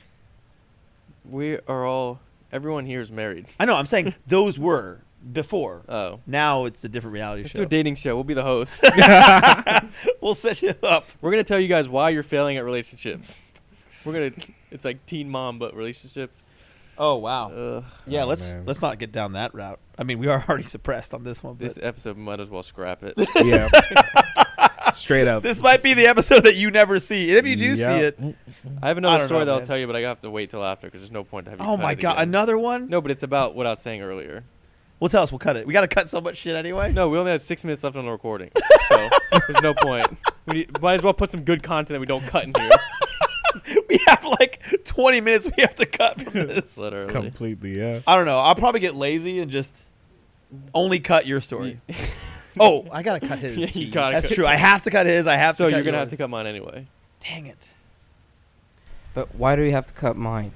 [SPEAKER 4] We are all. Everyone here is married.
[SPEAKER 3] I know. I'm saying those were before.
[SPEAKER 4] Oh.
[SPEAKER 3] Now it's a different reality
[SPEAKER 4] Let's do
[SPEAKER 3] show.
[SPEAKER 4] a dating show. We'll be the host.
[SPEAKER 3] we'll set you up.
[SPEAKER 4] We're gonna tell you guys why you're failing at relationships. We're gonna. It's like Teen Mom, but relationships.
[SPEAKER 3] Oh wow.
[SPEAKER 4] Ugh,
[SPEAKER 3] Yeah,
[SPEAKER 2] Oh,
[SPEAKER 3] let's
[SPEAKER 2] man.
[SPEAKER 3] let's not get down that route. I mean, we are already suppressed on this one. But
[SPEAKER 4] this
[SPEAKER 3] this,
[SPEAKER 4] episode might as well scrap it.
[SPEAKER 2] yeah, straight up.
[SPEAKER 3] might be the episode that you never see. And if you do see it,
[SPEAKER 4] I have
[SPEAKER 3] I
[SPEAKER 4] another
[SPEAKER 3] don't
[SPEAKER 4] story
[SPEAKER 3] know,
[SPEAKER 4] that I'll
[SPEAKER 3] man.
[SPEAKER 4] tell you, but I have to wait till after because there's no point to have you.
[SPEAKER 3] oh
[SPEAKER 4] cut
[SPEAKER 3] my
[SPEAKER 4] it
[SPEAKER 3] god,
[SPEAKER 4] again.
[SPEAKER 3] another one.
[SPEAKER 4] No, but it's about what I was saying earlier.
[SPEAKER 3] Well, tell us, we'll cut it. We got to cut so much shit anyway.
[SPEAKER 4] No, we only had six minutes left on the recording, so there's no point. We need, might as well put some good content that we don't cut in here.
[SPEAKER 3] we have like 20 minutes we have to cut from this.
[SPEAKER 4] Literally.
[SPEAKER 2] completely. Yeah.
[SPEAKER 3] I don't know. I'll probably get lazy and just only cut your story.
[SPEAKER 4] Yeah.
[SPEAKER 3] oh, I gotta cut his.
[SPEAKER 4] Yeah, you
[SPEAKER 3] Jeez.
[SPEAKER 4] gotta
[SPEAKER 3] That's
[SPEAKER 4] cut-
[SPEAKER 3] true. I have to cut his. I have
[SPEAKER 4] so
[SPEAKER 3] to. cut
[SPEAKER 4] you're gonna have to
[SPEAKER 3] yours.
[SPEAKER 4] cut mine anyway.
[SPEAKER 3] Dang it!
[SPEAKER 5] But why do we have to cut mine?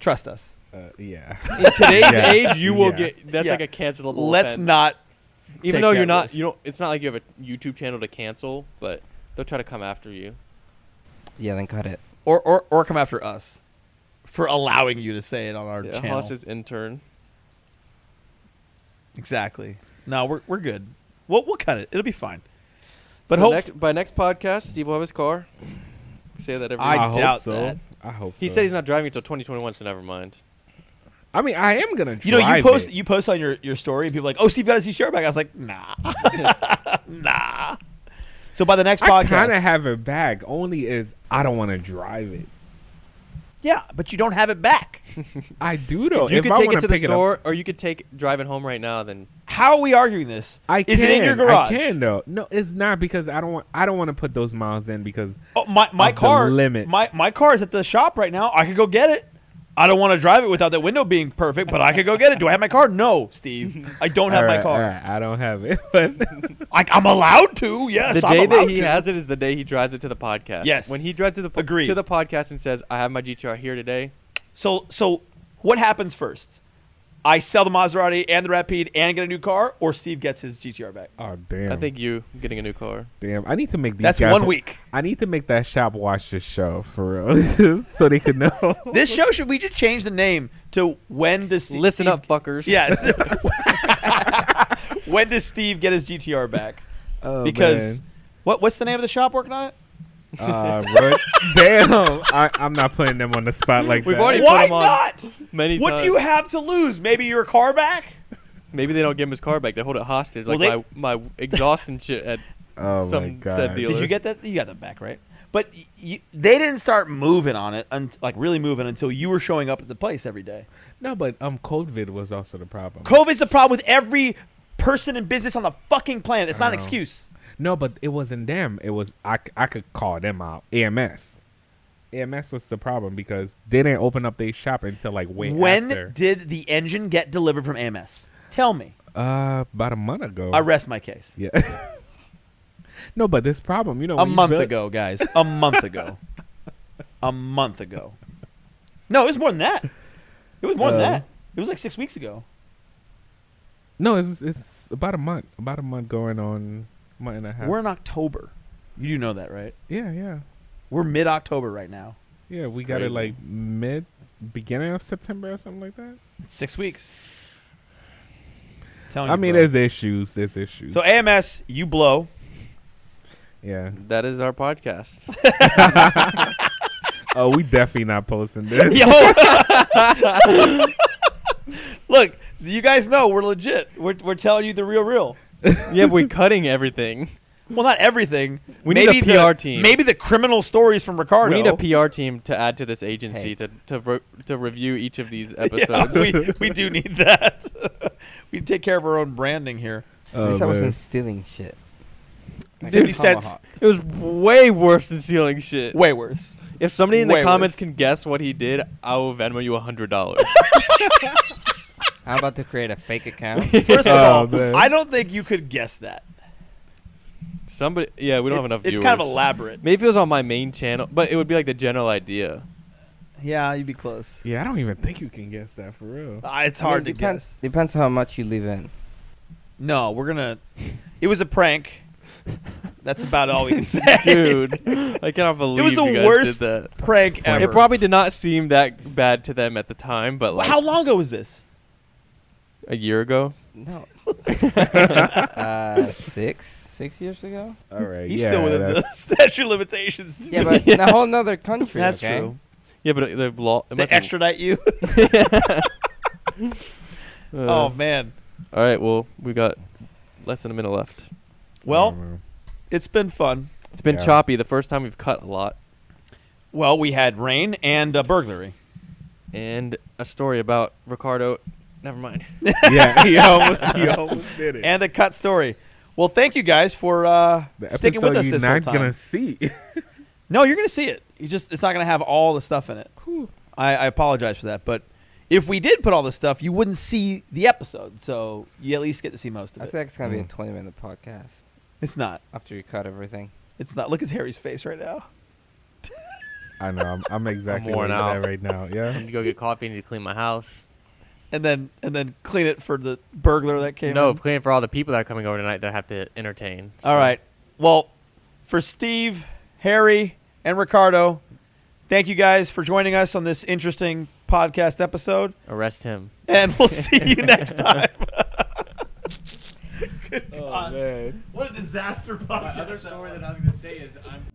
[SPEAKER 3] Trust us.
[SPEAKER 2] Uh, yeah.
[SPEAKER 4] In today's
[SPEAKER 2] Yeah.
[SPEAKER 4] age, you will
[SPEAKER 2] Yeah.
[SPEAKER 4] get that's
[SPEAKER 3] Yeah.
[SPEAKER 4] like a cancelable.
[SPEAKER 3] Let's
[SPEAKER 4] offense.
[SPEAKER 3] not.
[SPEAKER 4] Even
[SPEAKER 3] take
[SPEAKER 4] though
[SPEAKER 3] that
[SPEAKER 4] you're not,
[SPEAKER 3] risk.
[SPEAKER 4] you don't. It's not like you have a YouTube channel to cancel, but they'll try to come after you.
[SPEAKER 5] Yeah, then cut it.
[SPEAKER 3] Or, or or come after us for allowing you to say it on our
[SPEAKER 4] Yeah,
[SPEAKER 3] channel.
[SPEAKER 4] Haas's intern.
[SPEAKER 3] Exactly. No, we're we're good. We'll we'll cut it. It'll be fine. But
[SPEAKER 4] So
[SPEAKER 3] hope
[SPEAKER 4] next, by next podcast, Steve will have his car. We say that every.
[SPEAKER 3] I
[SPEAKER 4] week.
[SPEAKER 2] hope
[SPEAKER 3] doubt
[SPEAKER 2] so.
[SPEAKER 3] that.
[SPEAKER 2] I hope
[SPEAKER 4] He
[SPEAKER 2] so.
[SPEAKER 4] said he's not driving until 2021, so never mind.
[SPEAKER 2] I mean, I am gonna. Drive
[SPEAKER 3] you know you post
[SPEAKER 2] It.
[SPEAKER 3] you post on your, your story and people are like, oh Steve got his share back. I was like, nah, nah. So by the next
[SPEAKER 2] I
[SPEAKER 3] podcast,
[SPEAKER 2] kind of have it back. Only is I don't want to drive it.
[SPEAKER 3] yeah, but you don't have it back.
[SPEAKER 2] I do though.
[SPEAKER 4] you
[SPEAKER 2] If
[SPEAKER 4] could
[SPEAKER 2] I
[SPEAKER 4] take it
[SPEAKER 2] wanna
[SPEAKER 4] to the
[SPEAKER 2] pick up-
[SPEAKER 4] store, or you could take drive it home right now. Then
[SPEAKER 3] How are we arguing this?
[SPEAKER 2] I can.
[SPEAKER 3] Is it in your garage?
[SPEAKER 2] I can though. No, it's not because I don't want. I don't want to put those miles in because
[SPEAKER 3] Oh, my my
[SPEAKER 2] Of the
[SPEAKER 3] car
[SPEAKER 2] limit.
[SPEAKER 3] My my car is at the shop right now. I could go get it. I don't want to drive it without that window being perfect, but I could go get it. Do I have my car? No, Steve. I don't have
[SPEAKER 2] All
[SPEAKER 3] my
[SPEAKER 2] right,
[SPEAKER 3] car.
[SPEAKER 2] all right, I don't have it. But
[SPEAKER 3] I, I'm allowed to. Yes,
[SPEAKER 4] the
[SPEAKER 3] I'm
[SPEAKER 4] day that
[SPEAKER 3] allowed
[SPEAKER 4] he
[SPEAKER 3] to.
[SPEAKER 4] has it is the day he drives it to the podcast.
[SPEAKER 3] Yes.
[SPEAKER 4] When he drives to the po-
[SPEAKER 3] Agreed.
[SPEAKER 4] to the podcast and says, "I have my GTR here today,"
[SPEAKER 3] So so what happens first? I sell the Maserati and the Rapide and get a new car, or Steve gets his GTR back.
[SPEAKER 2] Oh damn!
[SPEAKER 4] I think you getting a new car.
[SPEAKER 2] damn. I need to make these.
[SPEAKER 3] That's
[SPEAKER 2] guys-
[SPEAKER 3] one week.
[SPEAKER 2] I need to make that shop watch this show for real, so they could know.
[SPEAKER 3] This show should we just change the name to when does Steve,
[SPEAKER 4] Listen
[SPEAKER 3] Steve-
[SPEAKER 4] up, fuckers.
[SPEAKER 3] Yes. when does Steve get his GTR back?
[SPEAKER 2] Oh,
[SPEAKER 3] Because
[SPEAKER 2] man.
[SPEAKER 3] what what's the name of the shop working on it?
[SPEAKER 2] Uh, Roy- damn, I, I'm not putting them on the spot like
[SPEAKER 4] We've
[SPEAKER 2] that.
[SPEAKER 4] already- They put
[SPEAKER 3] Why
[SPEAKER 4] him on
[SPEAKER 3] not?
[SPEAKER 4] Many
[SPEAKER 3] What do
[SPEAKER 4] times.
[SPEAKER 3] you have to lose? Maybe your car back?
[SPEAKER 4] Maybe they don't give him his car back. They hold it hostage,
[SPEAKER 3] Well,
[SPEAKER 4] like my my exhaust and shit. At
[SPEAKER 2] oh my
[SPEAKER 4] Some
[SPEAKER 2] god!
[SPEAKER 4] said
[SPEAKER 3] Did
[SPEAKER 4] Dealer.
[SPEAKER 3] you get that? You got that back, right? But y- you, they didn't start moving on it, un- like really moving, until you were showing up at the place every day.
[SPEAKER 2] no, but um, COVID was also the problem.
[SPEAKER 3] COVID's the problem with every person in business on the fucking planet. It's not an
[SPEAKER 2] know.
[SPEAKER 3] excuse.
[SPEAKER 2] No, but it wasn't them. It was I, c- I could call them out. AMS. AMS was the problem because they didn't open up their shop until like way
[SPEAKER 3] when
[SPEAKER 2] after.
[SPEAKER 3] did the engine get delivered from AMS? Tell me.
[SPEAKER 2] uh, about a month ago.
[SPEAKER 3] I rest my case.
[SPEAKER 2] yeah. no, but this problem, you know,
[SPEAKER 3] A
[SPEAKER 2] when you
[SPEAKER 3] month
[SPEAKER 2] build-
[SPEAKER 3] ago, guys. A month ago. A month ago. No, it was more than that. It was more than
[SPEAKER 2] Uh,
[SPEAKER 3] that. It was like six weeks ago.
[SPEAKER 2] No, it's it's about a month. About a month going on, month and a half.
[SPEAKER 3] We're in October. You do know that, right?
[SPEAKER 2] yeah, yeah,
[SPEAKER 3] We're mid October right now.
[SPEAKER 2] yeah. we got it
[SPEAKER 4] crazy.
[SPEAKER 2] like mid beginning of September or something like that.
[SPEAKER 3] It's six weeks. Telling
[SPEAKER 2] I
[SPEAKER 3] you,
[SPEAKER 2] mean,
[SPEAKER 3] bro.
[SPEAKER 2] there's issues. There's issues.
[SPEAKER 3] so AMS, you blow.
[SPEAKER 2] yeah.
[SPEAKER 4] that is our podcast.
[SPEAKER 2] Oh, we definitely not posting this.
[SPEAKER 3] Yo. Look, you guys know we're legit. We're, we're telling you the real, real.
[SPEAKER 4] yeah, we're cutting everything.
[SPEAKER 3] Well, not everything.
[SPEAKER 4] We need a
[SPEAKER 3] the-
[SPEAKER 4] PR team.
[SPEAKER 3] Maybe the criminal stories from Ricardo.
[SPEAKER 4] We need a PR team to add to this agency to to, re- to review each of these episodes.
[SPEAKER 3] Yeah, we, we do need that. we take care of our own branding here.
[SPEAKER 5] At
[SPEAKER 2] Oh,
[SPEAKER 5] least I
[SPEAKER 2] man.
[SPEAKER 5] wasn't stealing shit. Like a
[SPEAKER 3] 50 cents.
[SPEAKER 5] tomahawk.
[SPEAKER 4] It was way worse than stealing shit.
[SPEAKER 3] Way worse.
[SPEAKER 4] If somebody in the
[SPEAKER 3] way
[SPEAKER 4] comments
[SPEAKER 3] worse.
[SPEAKER 4] can guess what he did, I will Venmo you a hundred dollars.
[SPEAKER 5] I'm about to create a fake account.
[SPEAKER 3] First of
[SPEAKER 2] Oh,
[SPEAKER 3] all,
[SPEAKER 2] man.
[SPEAKER 3] I don't think you could guess that.
[SPEAKER 4] Somebody, yeah, we don't
[SPEAKER 3] It-
[SPEAKER 4] have enough.
[SPEAKER 3] It's
[SPEAKER 4] viewers.
[SPEAKER 3] kind of elaborate.
[SPEAKER 4] Maybe if it was on my main channel, but it would be like the general idea.
[SPEAKER 3] Yeah, you'd be close. Uh,
[SPEAKER 2] Yeah, I don't even think you can guess that for real.
[SPEAKER 3] it's
[SPEAKER 5] I mean,
[SPEAKER 3] hard to
[SPEAKER 5] depends,
[SPEAKER 3] guess.
[SPEAKER 5] Depends how much you leave in.
[SPEAKER 3] No, we're gonna. It was a prank. That's about all we can say.
[SPEAKER 4] Dude, I cannot believe
[SPEAKER 3] it was the
[SPEAKER 4] you guys did
[SPEAKER 3] worst
[SPEAKER 4] that.
[SPEAKER 3] prank ever.
[SPEAKER 4] It probably did not seem that bad to them at the time, but
[SPEAKER 3] Well,
[SPEAKER 4] like
[SPEAKER 3] How long ago was this?
[SPEAKER 4] a year ago,
[SPEAKER 5] No. uh, six, six years ago.
[SPEAKER 2] All right,
[SPEAKER 3] He's
[SPEAKER 2] yeah,
[SPEAKER 3] still within the
[SPEAKER 2] that's-
[SPEAKER 3] statute of limitations. dude.
[SPEAKER 5] Yeah, but in a whole nother country.
[SPEAKER 3] that's
[SPEAKER 5] okay?
[SPEAKER 3] true.
[SPEAKER 4] yeah, but it- they've lost.
[SPEAKER 3] They extradite you.
[SPEAKER 4] Uh,
[SPEAKER 3] oh man.
[SPEAKER 4] all right. Well, we got less than a minute left.
[SPEAKER 3] Well,
[SPEAKER 2] Mm.
[SPEAKER 3] it's been fun.
[SPEAKER 4] It's been
[SPEAKER 2] Yeah.
[SPEAKER 4] choppy. The first time we've cut a lot,
[SPEAKER 3] Well, we had rain and a burglary.
[SPEAKER 4] and a story about Ricardo. Never mind.
[SPEAKER 2] yeah, he almost, he almost did it.
[SPEAKER 3] and a cut story. Well, thank you guys for uh,
[SPEAKER 2] The
[SPEAKER 3] sticking with
[SPEAKER 2] episode
[SPEAKER 3] us
[SPEAKER 2] you're
[SPEAKER 3] this whole
[SPEAKER 2] not
[SPEAKER 3] time.
[SPEAKER 2] gonna see.
[SPEAKER 3] No, you're gonna see it. You just it's not gonna have all the stuff in it. I, I apologize for that, but if we did put all this stuff, you wouldn't see the episode, so you at least get to see most of
[SPEAKER 5] I
[SPEAKER 3] it.
[SPEAKER 5] feel like it's gonna be a
[SPEAKER 2] Mm.
[SPEAKER 5] 20 minute podcast
[SPEAKER 3] It's not.
[SPEAKER 5] after you cut everything.
[SPEAKER 3] It's not. Look at Harry's face right now.
[SPEAKER 2] I know. I'm, I'm exactly
[SPEAKER 4] worn
[SPEAKER 2] where he's
[SPEAKER 4] out.
[SPEAKER 2] at right now.
[SPEAKER 4] I
[SPEAKER 2] Yeah.
[SPEAKER 4] need to go get coffee. I need to clean my house.
[SPEAKER 3] And then and then clean it for the burglar that came.
[SPEAKER 4] no,
[SPEAKER 3] in.
[SPEAKER 4] clean for all the people that are coming over tonight that I have to entertain.
[SPEAKER 3] All right. Well, for Steve, Harry, and Ricardo, thank you guys for joining us on this interesting podcast episode.
[SPEAKER 4] Arrest him.
[SPEAKER 3] and we'll see you next time.
[SPEAKER 2] man. Oh,
[SPEAKER 3] What a disaster podcast.
[SPEAKER 4] gonna say is I'm.